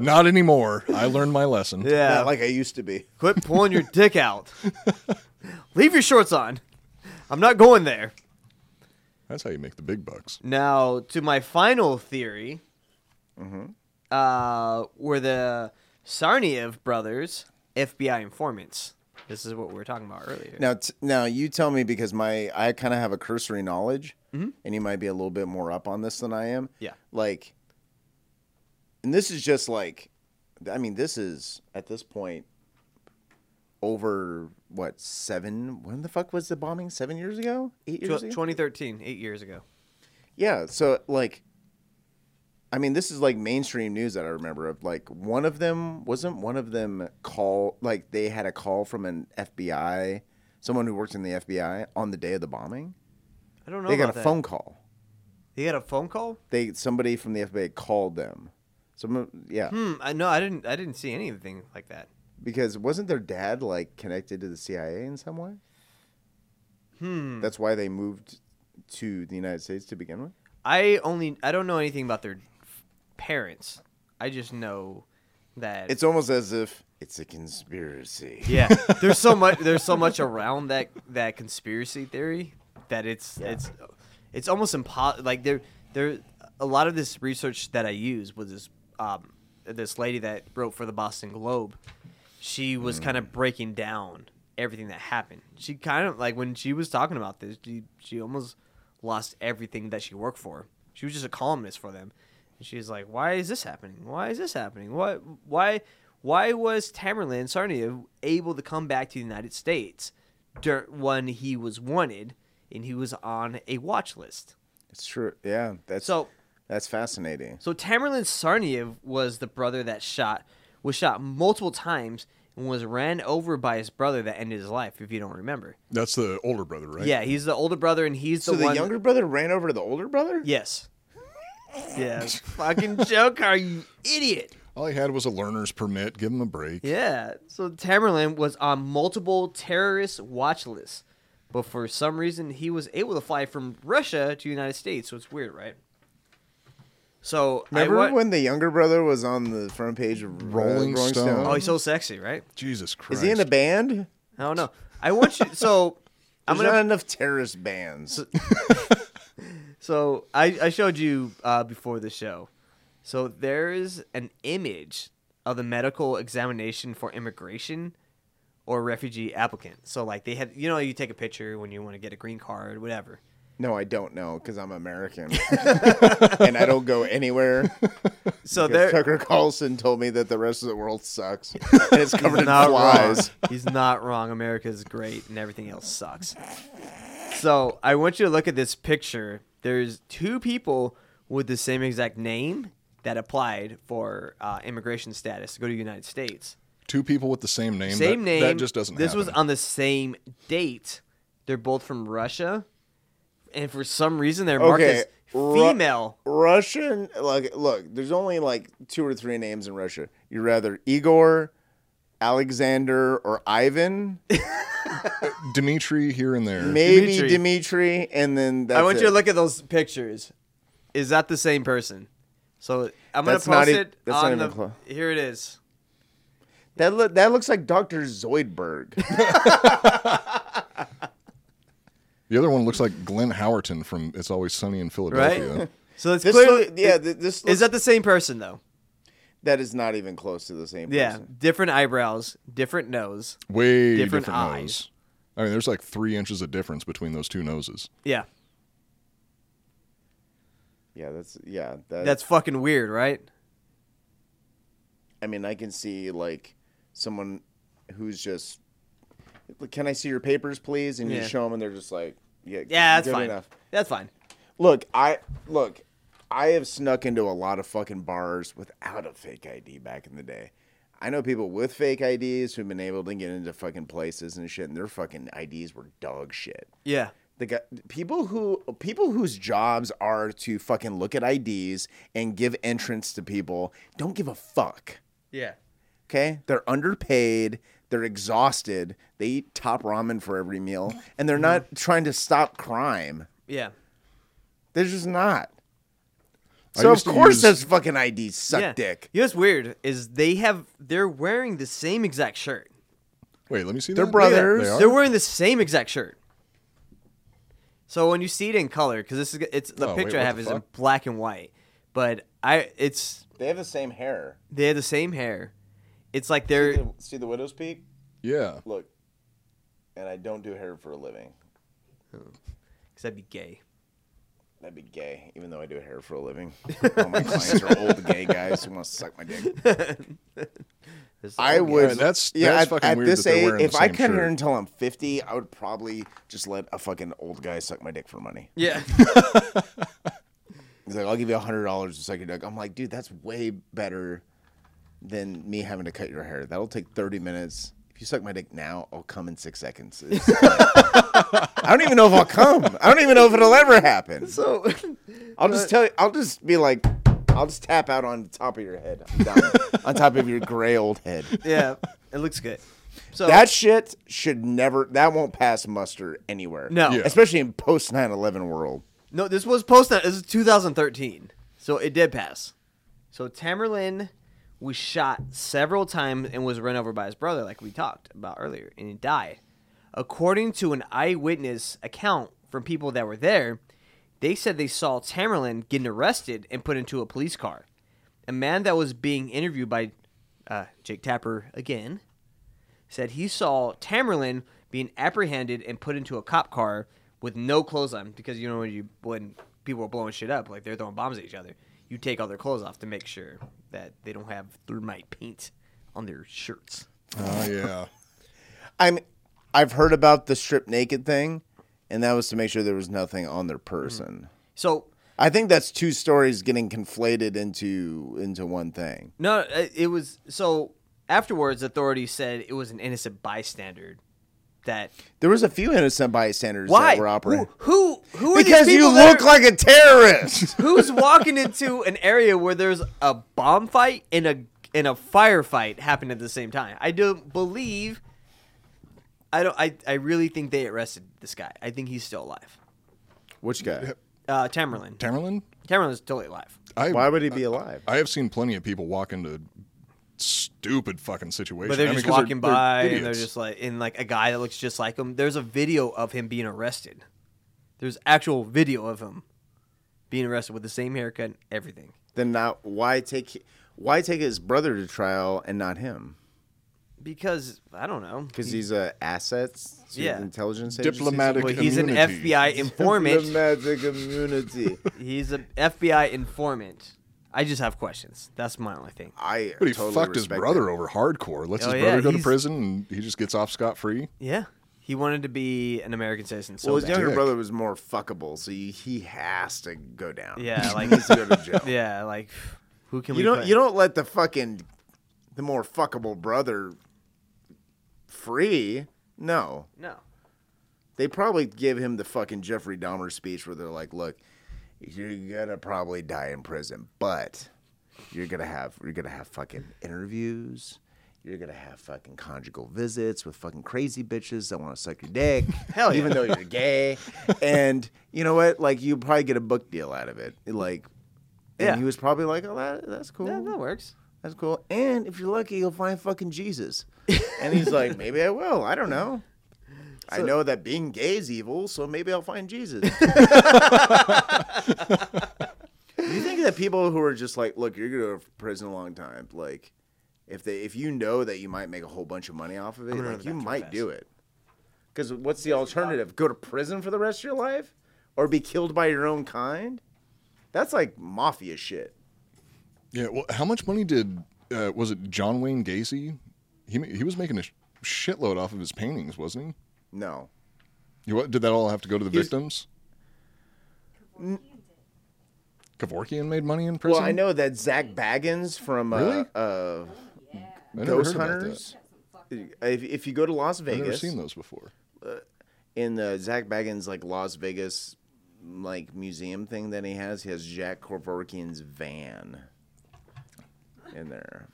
S1: Not anymore. I learned my lesson.
S3: yeah,
S4: Not like I used to be.
S3: quit pulling your dick out. Leave your shorts on. I'm not going there.
S1: That's how you make the big bucks.
S3: Now to my final theory, uh, were the Sarniev brothers FBI informants. This is what we were talking about earlier.
S4: Now, t- now you tell me because my I kind of have a cursory knowledge, and you might be a little bit more up on this than I am.
S3: Yeah.
S4: Like, and this is just like, I mean, this is at this point over what seven? When the fuck was the bombing? Seven years ago? Eight
S3: Tw-
S4: years ago?
S3: 2013, eight years ago.
S4: Yeah. So like, I mean, this is like mainstream news that I remember of like one of them wasn't one of them call like they had a call from an FBI someone who worked in the FBI on the day of the bombing.
S3: I don't know.
S4: They got a
S3: about that.
S4: phone call.
S3: They got a phone call.
S4: They somebody from the FBI called them. Some yeah,
S3: Hmm. I no. I didn't. I didn't see anything like that.
S4: because wasn't their dad like connected to the CIA in some way? Hmm. That's why they moved to the United States to begin with.
S3: I only. I don't know anything about their f- parents. I just know that
S4: It's almost as if it's a conspiracy.
S3: Yeah, there's so much. There's so much around that that conspiracy theory that it's it's it's almost impossible. Like there there a lot of this research that I use was this um this lady that wrote for the Boston Globe. She was kind of breaking down everything that happened. She kind of like when she was talking about this, she she almost lost everything that she worked for. She was just a columnist for them. And she's like, "Why is this happening? Why is this happening? Why why why was Tamerlan Sarnia able to come back to the United States dur- when he was wanted and he was on a watch list?"
S4: It's true. Yeah, that's
S3: So
S4: that's fascinating.
S3: so Tamerlan Sarniev was the brother that shot was shot multiple times and was ran over by his brother that ended his life, if you don't remember.
S1: That's the older brother, right?
S3: Yeah, he's the older brother and he's
S4: So
S3: the
S4: the
S3: one
S4: younger brother ran over to the older brother.
S3: Yes. Yeah. fucking joke are you idiot.
S1: All he had was a learner's permit. Give him a break.
S3: Yeah. So Tamerlan was on multiple terrorist watch lists, but for some reason he was able to fly from Russia to the United States. So it's weird, right? So I
S4: Remember
S3: wa-
S4: when the younger brother was on the front page of uh,
S1: Rolling
S4: Rolling, Stone?
S1: Stone.
S3: Oh, he's so sexy, right?
S1: Jesus
S3: Oh,
S1: Christ.
S4: Is he in a band?
S3: I don't know. I want you. So I'm
S4: There's
S3: gonna.
S4: not enough terrorist bands.
S3: So I, I showed you uh, before the show. So there is an image of the medical examination for immigration or refugee applicant. So like they had, you know, you take a picture when you want to get a green card, whatever.
S4: No, I don't know because I'm American and I don't go anywhere.
S3: So
S4: 'cause
S3: there,
S4: Tucker Carlson told me that the rest of the world sucks and it's covered in
S3: He's not
S4: flies.
S3: Wrong. He's not wrong. America's great and everything else sucks. So I want you to look at this picture. There's two people with the same exact name that applied for uh, immigration status to go to the United States.
S1: Two people with the same name.
S3: Same
S1: that,
S3: name.
S1: That just doesn't.
S3: This was
S1: happen.
S3: on the same date. They're both from Russia, and for some reason they're marked
S4: Okay,
S3: as
S4: Ru-
S3: female.
S4: Russian, like, look, there's only like two or three names in Russia. You're either Igor, Alexander, or Ivan.
S1: Dimitri here and there.
S4: Maybe
S3: Dmitri.
S4: Dmitri, and then that's
S3: I want you
S4: it.
S3: to look at those pictures. Is that the same person? So I'm gonna
S4: That's
S3: post
S4: not e-
S3: it
S4: that's not
S3: on
S4: even
S3: the.
S4: close.
S3: Here it is.
S4: That look that looks like Doctor Zoidberg.
S1: the other one looks like Glenn Howerton from It's Always Sunny in Philadelphia.
S3: Right? So it's
S4: This
S3: clearly.
S4: look- yeah, th- this looks,
S3: is that the same person though?
S4: that is not even close to the same.
S3: Yeah,
S4: person.
S3: different eyebrows, different nose.
S1: Way
S3: Different
S1: different,
S3: eyes.
S1: nose. I mean, there's like three inches of difference between those two noses.
S3: Yeah,
S4: yeah, that's yeah. That,
S3: that's
S4: that's.
S3: fucking weird, right?
S4: I mean, I can see like someone who's just. like, Can I see your papers, please? And
S3: Yeah.
S4: you show them, and they're just like, yeah,
S3: Yeah, that's
S4: good
S3: fine.
S4: enough.
S3: That's fine.
S4: Look, I look, I have snuck into a lot of fucking bars without a fake ID back in the day. I know people with fake IDs who've been able to get into fucking places and shit, and their fucking IDs were dog shit.
S3: Yeah.
S4: The guy, people who people whose jobs are to fucking look at IDs and give entrance to people don't give a fuck.
S3: Yeah.
S4: Okay, they're underpaid. They're exhausted. They eat top ramen for every meal, and they're not trying to stop crime.
S3: Yeah.
S4: They're just not.
S1: I
S4: So of
S1: used to
S4: course
S1: use-
S4: those fucking IDs suck
S3: yeah.
S4: dick.
S3: You know what's weird is they have they're wearing the same exact shirt.
S1: Wait, let me see.
S4: They're
S1: that.
S4: brothers.
S1: They are?
S3: They're wearing the same exact shirt. So when you see it in color, because this is it's the
S1: Oh, wait,
S3: picture I
S1: what
S3: have
S1: the
S3: is in
S1: fuck?
S3: black and white, but I it's
S4: They have the same hair.
S3: they have the same hair. It's like they're
S4: See the widow's peak?
S1: Yeah.
S4: Look. And I don't do hair for a living.
S3: because that'd be gay.
S4: That'd be gay, even though I do hair for a living. All my clients are old gay guys who want to suck my dick.
S3: It's
S4: I
S3: all gay.
S4: would.
S1: Yeah, that's-
S4: yeah,
S1: that's
S4: at,
S1: fucking
S4: at
S1: weird
S4: this
S1: that they're
S4: age,
S1: wearing
S4: if
S1: the
S4: I
S1: same
S4: cut hair
S1: shirt.
S4: until I'm 50, I would probably just let a fucking old guy suck my dick for money.
S3: Yeah.
S4: He's like, I'll give you hundred dollars to suck your dick. I'm like, dude, that's way better than me having to cut your hair. That'll take thirty minutes. If you suck my dick now, I'll come in six seconds. It's like- I don't even know if I'll come. I don't even know if it'll ever happen.
S3: So
S4: I'll just tell you. I'll just be like, I'll just tap out on the top of your head, I'm down, on top of your gray old head.
S3: yeah, it looks good. So
S4: That shit should never. That won't pass muster anywhere.
S3: No. Yeah.
S4: especially in post 9-11 world.
S3: no, this was post. This is 2013, so it did pass. So Tamerlan was shot several times and was run over by his brother, like we talked about earlier, and he died. According to an eyewitness account from people that were there, they said they saw Tamerlan getting arrested and put into a police car. A man that was being interviewed by uh, Jake Tapper again said he saw Tamerlan being apprehended and put into a cop car with no clothes on because you know when you when people are blowing shit up like they're throwing bombs at each other, you take all their clothes off to make sure that they don't have thermite paint on their shirts.
S1: Oh yeah.
S4: I'm. I've heard about the strip naked thing, and that was to make sure there was nothing on their
S3: Mm-hmm.
S4: person.
S3: So
S4: I think that's two stories getting conflated into into one thing.
S3: no, uh, it was so afterwards authorities said it was an innocent bystander that
S4: There was a few innocent bystanders
S3: why
S4: that were operating.
S3: who who, who are
S4: Because
S3: these
S4: you
S3: people that
S4: look
S3: are-
S4: like a terrorist.
S3: Who's walking into an area where there's a bomb fight and a and a firefight happened at the same time? I don't believe. I don't. I, I really think they arrested this guy. I think he's still alive.
S4: Which guy?
S3: Uh, Tamerlan.
S1: Tamerlan?
S3: Tamerlan's totally alive.
S1: I
S4: Why would he be alive?
S1: I have seen plenty of people walk into stupid fucking situations.
S3: But they're
S1: I mean,
S3: just
S1: 'cause
S3: walking by and they're
S1: idiots.
S3: just like in like a guy that looks just like him. There's a video of him being arrested. There's actual video of him being arrested with the same haircut and everything.
S4: Then not why take why take his brother to trial and not him?
S3: Because I don't know.
S4: Because he's a assets to
S3: Mm. Yeah.
S4: the intelligence
S1: Diplomatic
S3: Well, he's an
S1: immunity.
S3: FBI
S4: agency?
S3: informant.
S4: diplomatic immunity.
S3: He's an FBI informant. I just have questions. That's my only thing.
S4: I
S1: But he
S4: totally
S1: fucked his
S4: respect
S1: brother
S4: it.
S1: over hardcore. Lets
S3: Oh,
S1: his
S3: yeah,
S1: brother go to
S3: he's-
S1: prison and he just gets off scot free.
S3: Yeah, he wanted to be an American citizen. So
S4: well, his
S3: bad.
S4: younger
S1: dick.
S4: brother was more fuckable, so you, he has to go down.
S3: Yeah, like-
S4: he needs to go to jail.
S3: yeah, like who can
S4: You
S3: we?
S4: don't
S3: put-
S4: you don't let the fucking the more fuckable brother free. No.
S3: No,
S4: They probably give him the fucking Jeffrey Dahmer speech where they're like, "Look, you're gonna probably die in prison, but you're gonna have you're gonna have fucking interviews. You're gonna have fucking conjugal visits with fucking crazy bitches that want to suck your dick, hell, even though you're gay. and you know what? Like, you probably get a book deal out of it. Like, and
S3: Yeah.
S4: he was probably like, "Oh, that, that's cool.
S3: that, that works.
S4: That's cool. And if you're lucky, you'll find fucking Jesus. and he's like, maybe I will. I don't know. I know that being gay is evil, so maybe I'll find Jesus. you think that people who are just like, look, you're gonna go to prison a long time, like, if they if you know that you might make a whole bunch of money off of it, like, you might do it. Because what's the alternative? Go to prison for the rest of your life, or be killed by your own kind? That's like mafia shit.
S1: Yeah. Well, how much money did uh, was it John Wayne Gacy? He ma- he was making a sh- shitload off of his paintings, wasn't he?
S4: No.
S1: You what? Did that all have to go to the
S4: He's-
S1: victims? Kevorkian made money in prison.
S4: Well, I know that Zach Baggins from uh,
S1: Really?
S4: uh,
S1: I never
S4: Ghost
S1: heard about
S4: Hunters. If, if you go to Las
S1: that. I've never
S4: Vegas,
S1: seen those before.
S4: in the Zach Baggins like Las Vegas like museum thing that he has, he has Jack Kevorkian's van in there.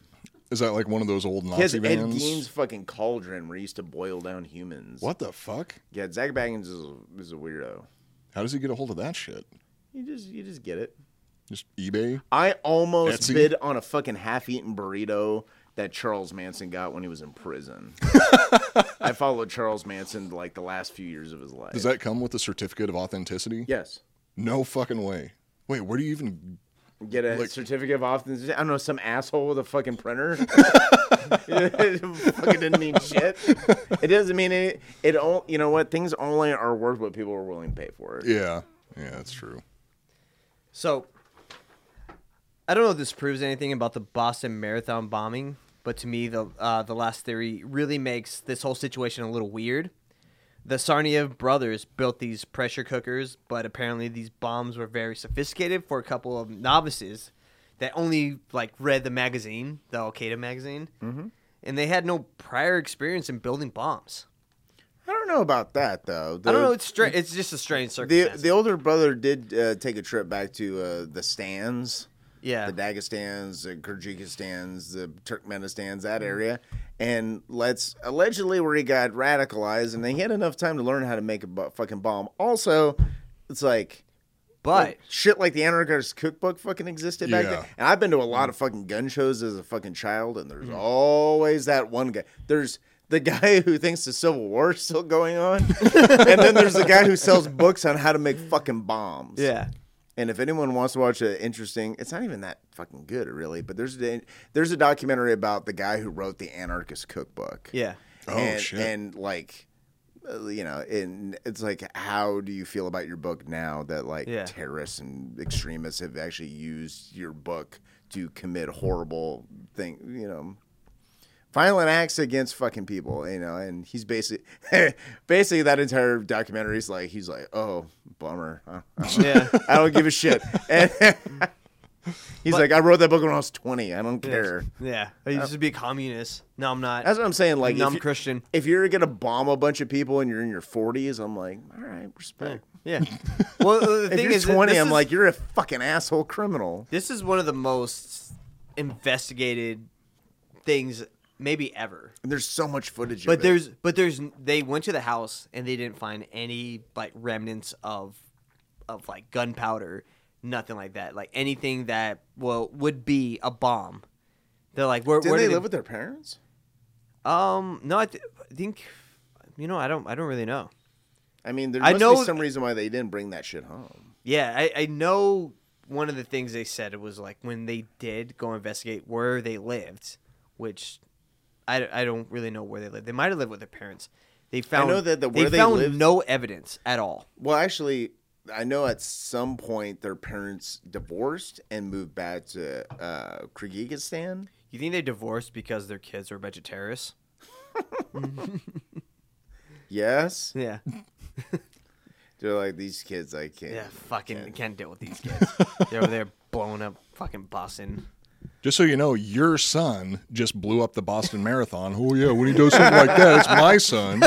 S1: Is that like one of those old Nazi
S4: He has Ed
S1: vans?
S4: Gein's fucking cauldron where he used to boil down humans.
S1: What the fuck?
S4: Yeah, Zach Baggins is a, is a weirdo.
S1: How does he get a hold of that shit?
S4: You just you just get it.
S1: Just eBay?
S4: I almost
S1: Etsy?
S4: bid on a fucking half-eaten burrito that Charles Manson got when he was in prison. I followed Charles Manson like the last few years of his life.
S1: Does that come with a certificate of authenticity?
S4: yes.
S1: No fucking way. Wait, where do you even?
S4: Get a
S1: Like-
S4: certificate of authenticity. I don't know, some asshole with a fucking printer. it fucking didn't mean shit. It doesn't mean any. It all. You know what? Things only are worth what people are willing to pay for. it.
S1: Yeah, yeah, that's true.
S3: So I don't know if this proves anything about the Boston Marathon bombing, but to me, the uh, the last theory really makes this whole situation a little weird. the Sarniev brothers built these pressure cookers, but apparently these bombs were very sophisticated for a couple of novices that only like read the magazine, the Al Qaeda magazine, mm-hmm. and they had no prior experience in building bombs.
S4: I don't know about that though. The,
S3: I don't know. It's strange. It's just a strange
S4: the
S3: circumstance.
S4: the older brother did uh, take a trip back to uh, the stands.
S3: yeah,
S4: the Dagestans, the Kyrgyzstans, the Turkmenistans, that
S3: Mm-hmm.
S4: area. And let's allegedly where he got radicalized, and he had enough time to learn how to make a bu- fucking bomb. Also, it's like
S3: but
S4: shit like the Anarchist Cookbook fucking existed back
S1: Yeah.
S4: then. And I've been to a
S3: Mm-hmm.
S4: lot of fucking gun shows as a fucking child, and there's always that one guy. There's the guy who thinks the Civil War is still going on, and then there's the guy who sells books on how to make fucking bombs.
S3: yeah,
S4: And if anyone wants to watch an interesting, it's not even that fucking good, really. But there's a, there's a documentary about the guy who wrote the Anarchist Cookbook.
S3: yeah,
S1: Oh,
S4: and,
S1: shit.
S4: And like, uh, you know, and it's like, how do you feel about your book now that like
S3: Yeah.
S4: terrorists and extremists have actually used your book to commit horrible thing, you know, violent acts against fucking people, you know, and he's basically basically that entire documentary is like he's like, oh, bummer, I, I don't,
S3: Yeah.
S4: I don't give a shit. And he's like, I wrote that book when I was twenty. I don't care.
S3: yeah. I used to be a communist. No, I'm not.
S4: Uh, That's what I'm saying. Like,
S3: No,
S4: if
S3: I'm
S4: you-
S3: Christian.
S4: If you're gonna bomb a bunch of people and you're in your 40s, I'm like, all right, respect.
S3: Yeah. Well, the
S4: If
S3: thing
S4: you're
S3: is,
S4: 20,
S3: this
S4: I'm
S3: is-
S4: like, you're a fucking asshole criminal.
S3: This is one of the most investigated things maybe ever.
S4: And there's so much footage.
S3: But
S4: of it.
S3: there's but there's they went to the house and they didn't find any like remnants of of like gunpowder, nothing like that. Like anything that well would be a bomb. They're like where
S4: Did
S3: where
S4: they
S3: did
S4: live with their parents?
S3: Um no I, th- I think you know I don't I don't really know.
S4: I mean, there
S3: I
S4: must
S3: know-
S4: be some reason why they didn't bring that shit home.
S3: Yeah, I, I know one of the things they said was like when they did go investigate where they lived, which I, I don't really know where they lived. They might have lived with their parents. They found
S4: know that the- where
S3: they,
S4: they
S3: found
S4: lived-
S3: no evidence at all.
S4: Well, actually, I know at some point their parents divorced and moved back to uh, Kyrgyzstan.
S3: You think they divorced because their kids were vegetarians?
S4: Yes,
S3: Yeah.
S4: they're like these kids. I can't.
S3: Yeah, fucking can't deal with these kids. They're over there blowing up fucking Boston.
S1: Just so you know, your son just blew up the Boston Marathon. Oh yeah, when he does something like that, it's my son.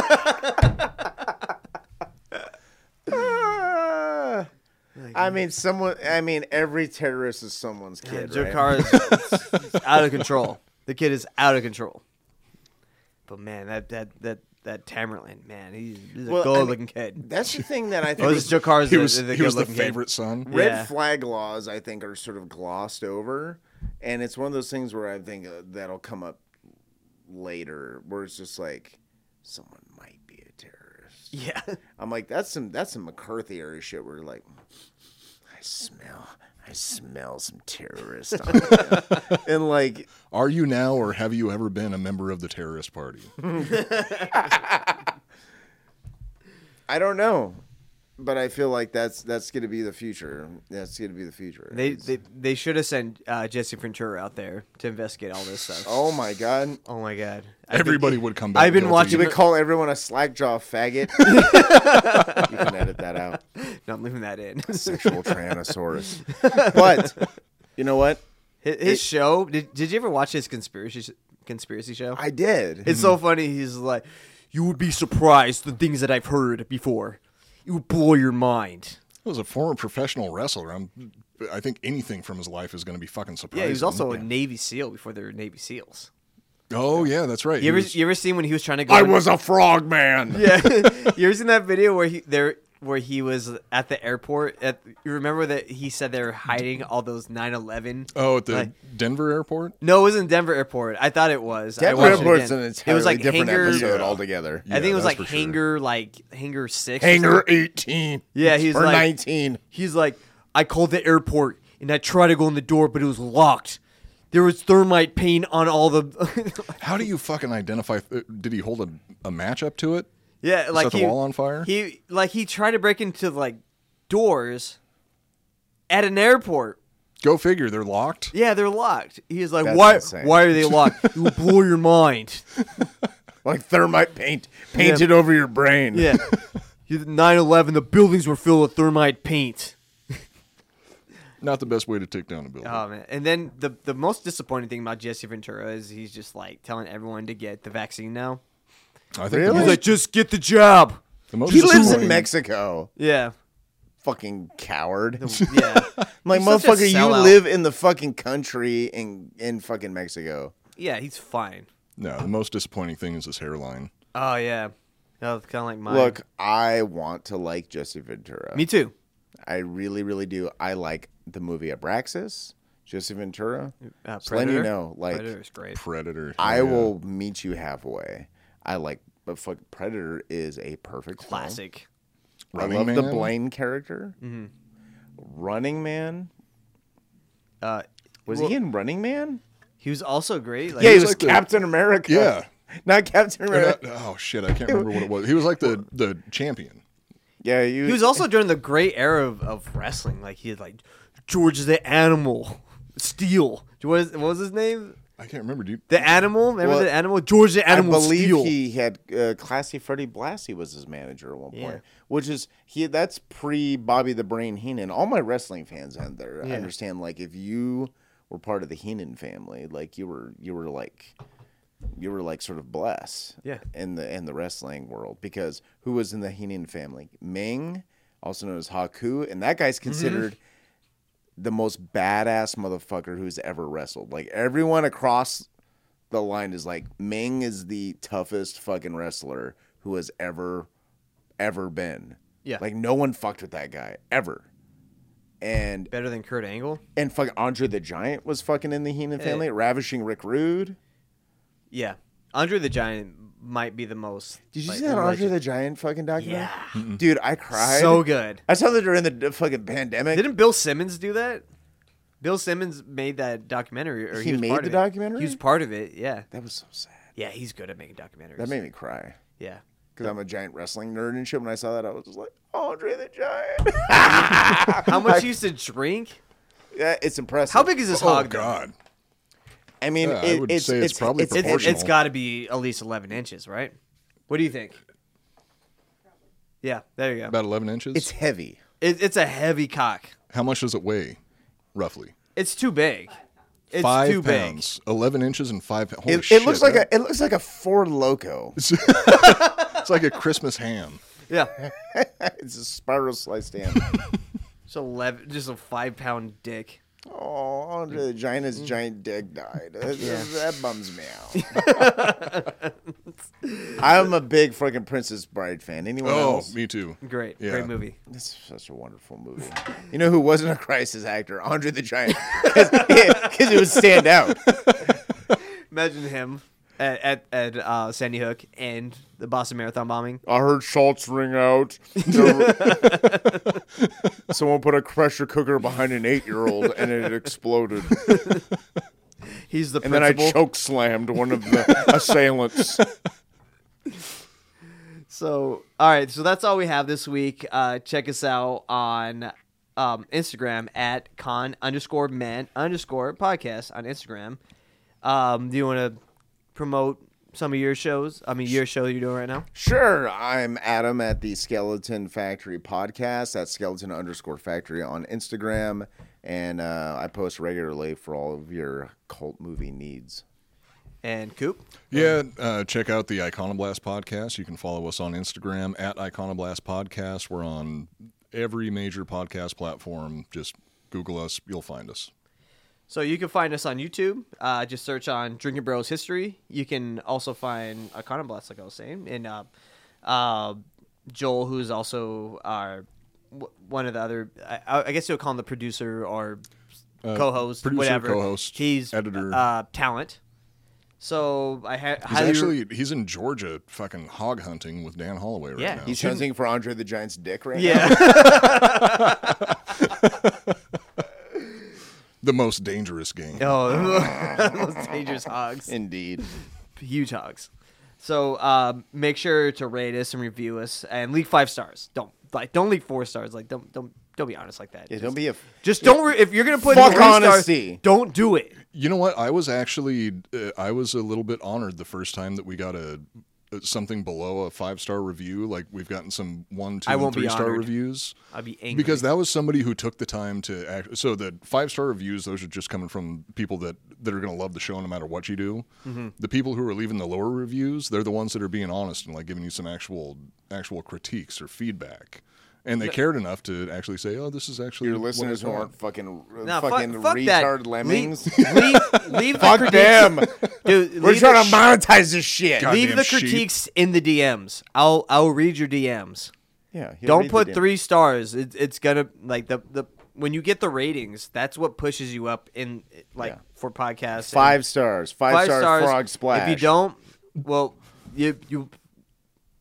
S4: Ah. I mean, someone. I mean, every terrorist is someone's kid.
S3: Yeah,
S4: right?
S3: Jokar Uh, is it's out of control. The kid is out of control. But man, that that that that Tamerlan, man, he's, he's a
S4: Well, I mean-
S3: good-looking kid.
S4: That's the thing that I think
S3: Oh,
S4: is-
S3: this Jokar's
S1: He
S3: the,
S1: was,
S3: the,
S1: he was the
S3: good-looking kid.
S1: favorite son.
S4: red
S3: Yeah.
S4: flag laws. I think are sort of glossed over, and it's one of those things where I think uh, that'll come up later, where it's just like someone might be a terrorist.
S3: Yeah,
S4: I'm like, that's some that's some McCarthy area shit. Where you're like, I smell, I smell some terrorist, on you." and like
S1: Are you now or have you ever been a member of the terrorist party?
S4: I don't know. But I feel like that's that's gonna be the future. That's gonna be the future.
S3: they they, they should have sent uh, Jesse Ventura out there to investigate all this stuff.
S4: oh my god!
S3: Oh my god, I've been-
S1: Everybody would come back.
S3: I've been
S1: guilty.
S4: Do
S3: watching-
S4: we call everyone a slackjaw faggot? you can edit that out.
S3: no, I'm leaving that in.
S4: Sexual tyrannosaurus. But you know what?
S3: His, his show. Did, did you ever watch his conspiracy sh- conspiracy show?
S4: I did.
S3: It's so funny. He's like, you would be surprised the things that I've heard before. It would blow your mind.
S1: He was a former professional wrestler. I'm, I think anything from his life is going to be fucking surprising.
S3: Yeah, he was also a Navy SEAL before they were Navy SEAls.
S1: Oh yeah, that's right. He
S3: You ever
S1: was-
S3: you ever seen when he was trying to go?
S1: I was a frog man.
S3: Yeah, you ever seen that video where he there where he was at the airport? At you remember that he said they were hiding all those 9/11?
S1: Oh, at the
S3: Like-
S1: Denver airport.
S3: no, it was in Denver airport. I thought it was. I
S4: Denver
S3: watched it
S4: Airport's
S3: again.
S4: an
S3: It was
S4: entirely
S3: like
S4: different
S3: hangar,
S4: episode altogether.
S3: I think
S1: Yeah,
S3: it was
S1: that's
S3: like
S1: for sure.
S3: hangar like hangar six. or
S4: Hanger
S3: something.
S4: eighteen.
S3: Yeah, he's
S4: or
S3: like-
S4: nineteen.
S3: He's like, I called the airport and I tried to go in the door, but it was locked. There was thermite paint on all the.
S1: How do you fucking identify? uh, Did he hold a, a match up to it?
S3: Yeah, like
S1: the
S3: he,
S1: wall on fire?
S3: He like he tried to break into like doors at an airport.
S1: Go figure. They're locked.
S3: Yeah, they're locked. He's like,
S4: That's
S3: why?
S4: insane.
S3: Why are they locked? it will blow your mind.
S4: like thermite paint painted over your brain.
S3: Yeah. 9 11, the buildings were filled with thermite paint.
S1: Not the best way to take down a building.
S4: Uh,
S3: Oh, man. And then the, the most disappointing thing about Jesse Ventura is he's just like telling everyone to get the vaccine now.
S1: I think the
S4: really?
S3: He's
S1: most,
S3: like, just get the job.
S1: the most
S4: He lives in
S1: disappointing-
S4: Mexico.
S3: Yeah.
S4: Fucking coward.
S3: Yeah.
S4: My
S3: He's such a
S4: motherfucker, you
S3: sellout.
S4: live in the fucking country in in fucking Mexico.
S3: yeah, he's fine.
S1: No, the most disappointing thing is his hairline.
S3: Oh, yeah. Oh, kind of like mine.
S4: Look, I want to like Jesse Ventura.
S3: Me too.
S4: I really, really do. I like the movie Abraxas, Jesse Ventura.
S3: Uh,
S4: So letting you
S3: Predator?
S4: know, like
S3: Predator is great.
S1: Predator.
S4: I
S1: Oh, Yeah.
S4: will meet you halfway. I like, but fuck, Predator is a perfect film.
S3: Classic.
S1: Running
S4: I love the
S1: Man? Mm-hmm.
S4: Blaine character. Running Man
S3: Uh,
S4: was he in Running Man?
S3: he was also great. Like,
S4: yeah, he
S1: was
S4: was
S1: like the-
S4: Captain America.
S1: Yeah.
S4: not Captain
S1: And
S4: America.
S1: that- oh shit! I can't remember what it was. He was like the the champion.
S4: Yeah, you.
S3: He was also during the great era of, of wrestling. Like he had like George the Animal, Steel. What, is, what was his name?
S1: I can't remember, dude.
S3: The Animal. Remember
S4: Well,
S3: the Animal? George the Animal.
S4: I believe
S3: Steel.
S4: he had uh, Classy Freddie Blassie was his manager at one point,
S3: Yeah.
S4: which is he. That's pre Bobby the Brain Heenan. All my wrestling fans out there
S3: Yeah.
S4: understand. Like if you were part of the Heenan family, like you were, you were like, you were like sort of blessed,
S3: Yeah.
S4: in the in the wrestling world because who was in the Heenan family? Ming, also known as Haku, and that
S3: Mm-hmm.
S4: guy's considered. The most badass motherfucker who's ever wrestled. Like everyone across the line is like Ming is the toughest fucking wrestler who has ever ever been.
S3: Yeah.
S4: Like no one fucked with that guy ever. And
S3: Better than Kurt Angle.
S4: and fuck Andre the Giant was fucking in the Heenan family, ravishing Rick Rude.
S3: Yeah. Andre the Giant might be the most.
S4: Did you
S3: like,
S4: see that Andre
S3: legend-
S4: the Giant fucking documentary?
S3: Yeah.
S4: Dude, I cried.
S3: So good.
S4: I saw that during the d- fucking pandemic.
S3: Didn't Bill Simmons do that? Bill Simmons made that documentary, or he,
S4: He
S3: was
S4: made
S3: part
S4: the
S3: of it.
S4: documentary?
S3: He was part of it. Yeah,
S4: that was so sad.
S3: yeah, he's good at making documentaries.
S4: That made me cry.
S3: yeah,
S4: Because I'm a giant wrestling nerd and shit. When I saw that, I was just like, Andre the Giant.
S3: how much he used to drink?
S4: yeah, it's impressive.
S3: How big is this
S1: Oh
S3: hog? though?
S1: god!
S4: I mean,
S1: Yeah, I
S4: it,
S1: would
S4: it's,
S1: say it's probably
S4: it's,
S3: It's,
S1: proportional.
S3: it's got to be at least 11 inches, right? What do you think? Yeah, there you go.
S1: About eleven inches.
S4: It's heavy.
S3: It, it's a heavy cock.
S1: How much does it weigh, roughly?
S3: It's too big. It's
S1: five
S3: too
S1: pounds, eleven inches, and five. pounds.
S4: It, it looks like a it looks like a Ford Loco.
S1: it's like a Christmas ham.
S3: big. Yeah.
S4: it's a spiral sliced ham.
S3: It's 11, just a five pound dick.
S4: oh, Andre the Giant's giant dick died. That, that bums me out. I'm a big fucking Princess Bride fan. Anyone
S1: Oh,
S4: else?
S1: me too.
S3: Great.
S1: Yeah.
S3: Great movie.
S4: This is such a wonderful movie. You know who wasn't a crisis actor? Andre the Giant, because it would stand out.
S3: Imagine him at, at, at uh, Sandy Hook and the Boston Marathon bombing.
S4: I heard shots ring out. The- Someone put a pressure cooker behind an eight-year-old, and it exploded.
S3: He's the
S4: And then I
S3: principal.
S4: choke slammed one of the assailants.
S3: So, all right. So that's all we have this week. Uh, check us out on um, Instagram at con underscore man underscore podcast on Instagram. Um, do you want to promote some of your shows? I mean, your show you're doing right now?
S4: Sure, I'm Adam at the Skeleton Factory podcast. That's skeleton underscore factory on Instagram. And uh, I post regularly for all of your cult movie needs.
S3: And Coop?
S1: Yeah,
S3: Um,
S1: uh, check out the Iconoblast podcast. You can follow us on Instagram at Iconoblast Podcast. We're on every major podcast platform. Just Google us, you'll find us.
S3: So you can find us on YouTube. Uh, just search on Drinking Bros History. You can also find Iconoblast, like I was saying, and uh, uh, Joel, who's also our w- one of the other. I, I guess you'll call him the producer or co-host,
S1: Uh, producer,
S3: whatever.
S1: co-host,
S3: He's
S1: editor.
S3: uh, talent. So I ha-
S1: He's
S3: highly
S1: actually he's in Georgia, fucking hog hunting with Dan Holloway right
S3: Yeah,
S1: now.
S4: He's hunting for Andre the Giant's dick right now.
S3: yeah.
S1: the most dangerous game.
S3: no, Oh, those dangerous hogs.
S4: Indeed.
S3: huge hugs. So um, make sure to rate us and review us and leak five stars. Don't like don't leak four stars. Like don't don't don't be honest like that.
S4: Yeah,
S3: just,
S4: don't be a.
S3: just don't re- if you're gonna put
S4: Fuck
S3: three
S4: honesty.
S3: Stars, don't do it.
S1: You know what? I was actually uh, I was a little bit honored the first time that we got a something below a five star review, like we've gotten some one, two,
S3: I
S1: and
S3: won't be
S1: three star
S3: honored.
S1: reviews.
S3: I'd be angry
S1: Because that was somebody who took the time to act. So the five star reviews, those are just coming from people that that are going to love the show no matter what you do.
S5: Mm-hmm.
S1: The people who are leaving the lower reviews, they're the ones that are being honest and like giving you some actual actual critiques or feedback. And they cared enough to actually say, "Oh, this is actually
S5: Your
S1: what
S5: listeners
S1: I
S5: who
S1: thought."
S5: aren't fucking
S4: uh,
S3: Nah, fuck-
S5: fucking
S3: fuck that.
S5: retard lemmings.
S3: Leave, leave, leave the
S5: Fuck
S3: critiques.
S5: them.
S3: Dude,
S5: We're
S3: leave
S5: trying
S3: the-
S5: to monetize this shit.
S1: God.
S3: leave
S1: Goddamn
S3: the
S1: sheep.
S3: critiques in the DMs. I'll I'll read your DMs.
S5: Yeah. he'll read
S3: Don't
S5: the
S3: put
S5: damn-
S3: three stars. It, it's gonna like the the when you get the ratings, that's what pushes you up in like
S5: Yeah.
S3: for podcasts. and-
S5: Five stars. Five,
S3: five
S5: star
S3: stars.
S5: frog splash.
S3: If you don't, well, you you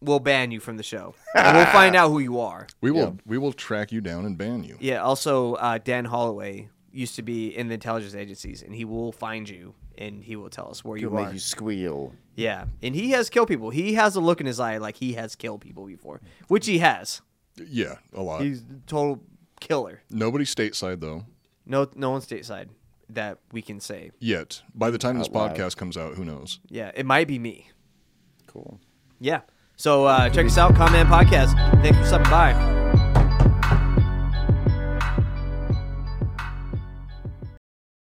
S3: we'll ban you from the show. and we'll find out who you are.
S1: We will we will track you down and ban you.
S3: Yeah. Also, uh, Dan Holloway used to be in the intelligence agencies, and he will find you and he will tell us where
S5: It'll
S3: you are.
S5: make you squeal.
S3: Yeah, and he has killed people. He has a look in his eye like he has killed people before, which he has.
S1: Yeah, a lot.
S3: He's a total killer.
S1: Nobody stateside though
S3: No, no one stateside that we can say.
S1: yet. By the time this
S5: loud.
S1: podcast comes out, who knows?
S3: Yeah, it might be me.
S5: Cool.
S3: Yeah. So uh, check us out, Comment Podcast. Thanks for stopping by.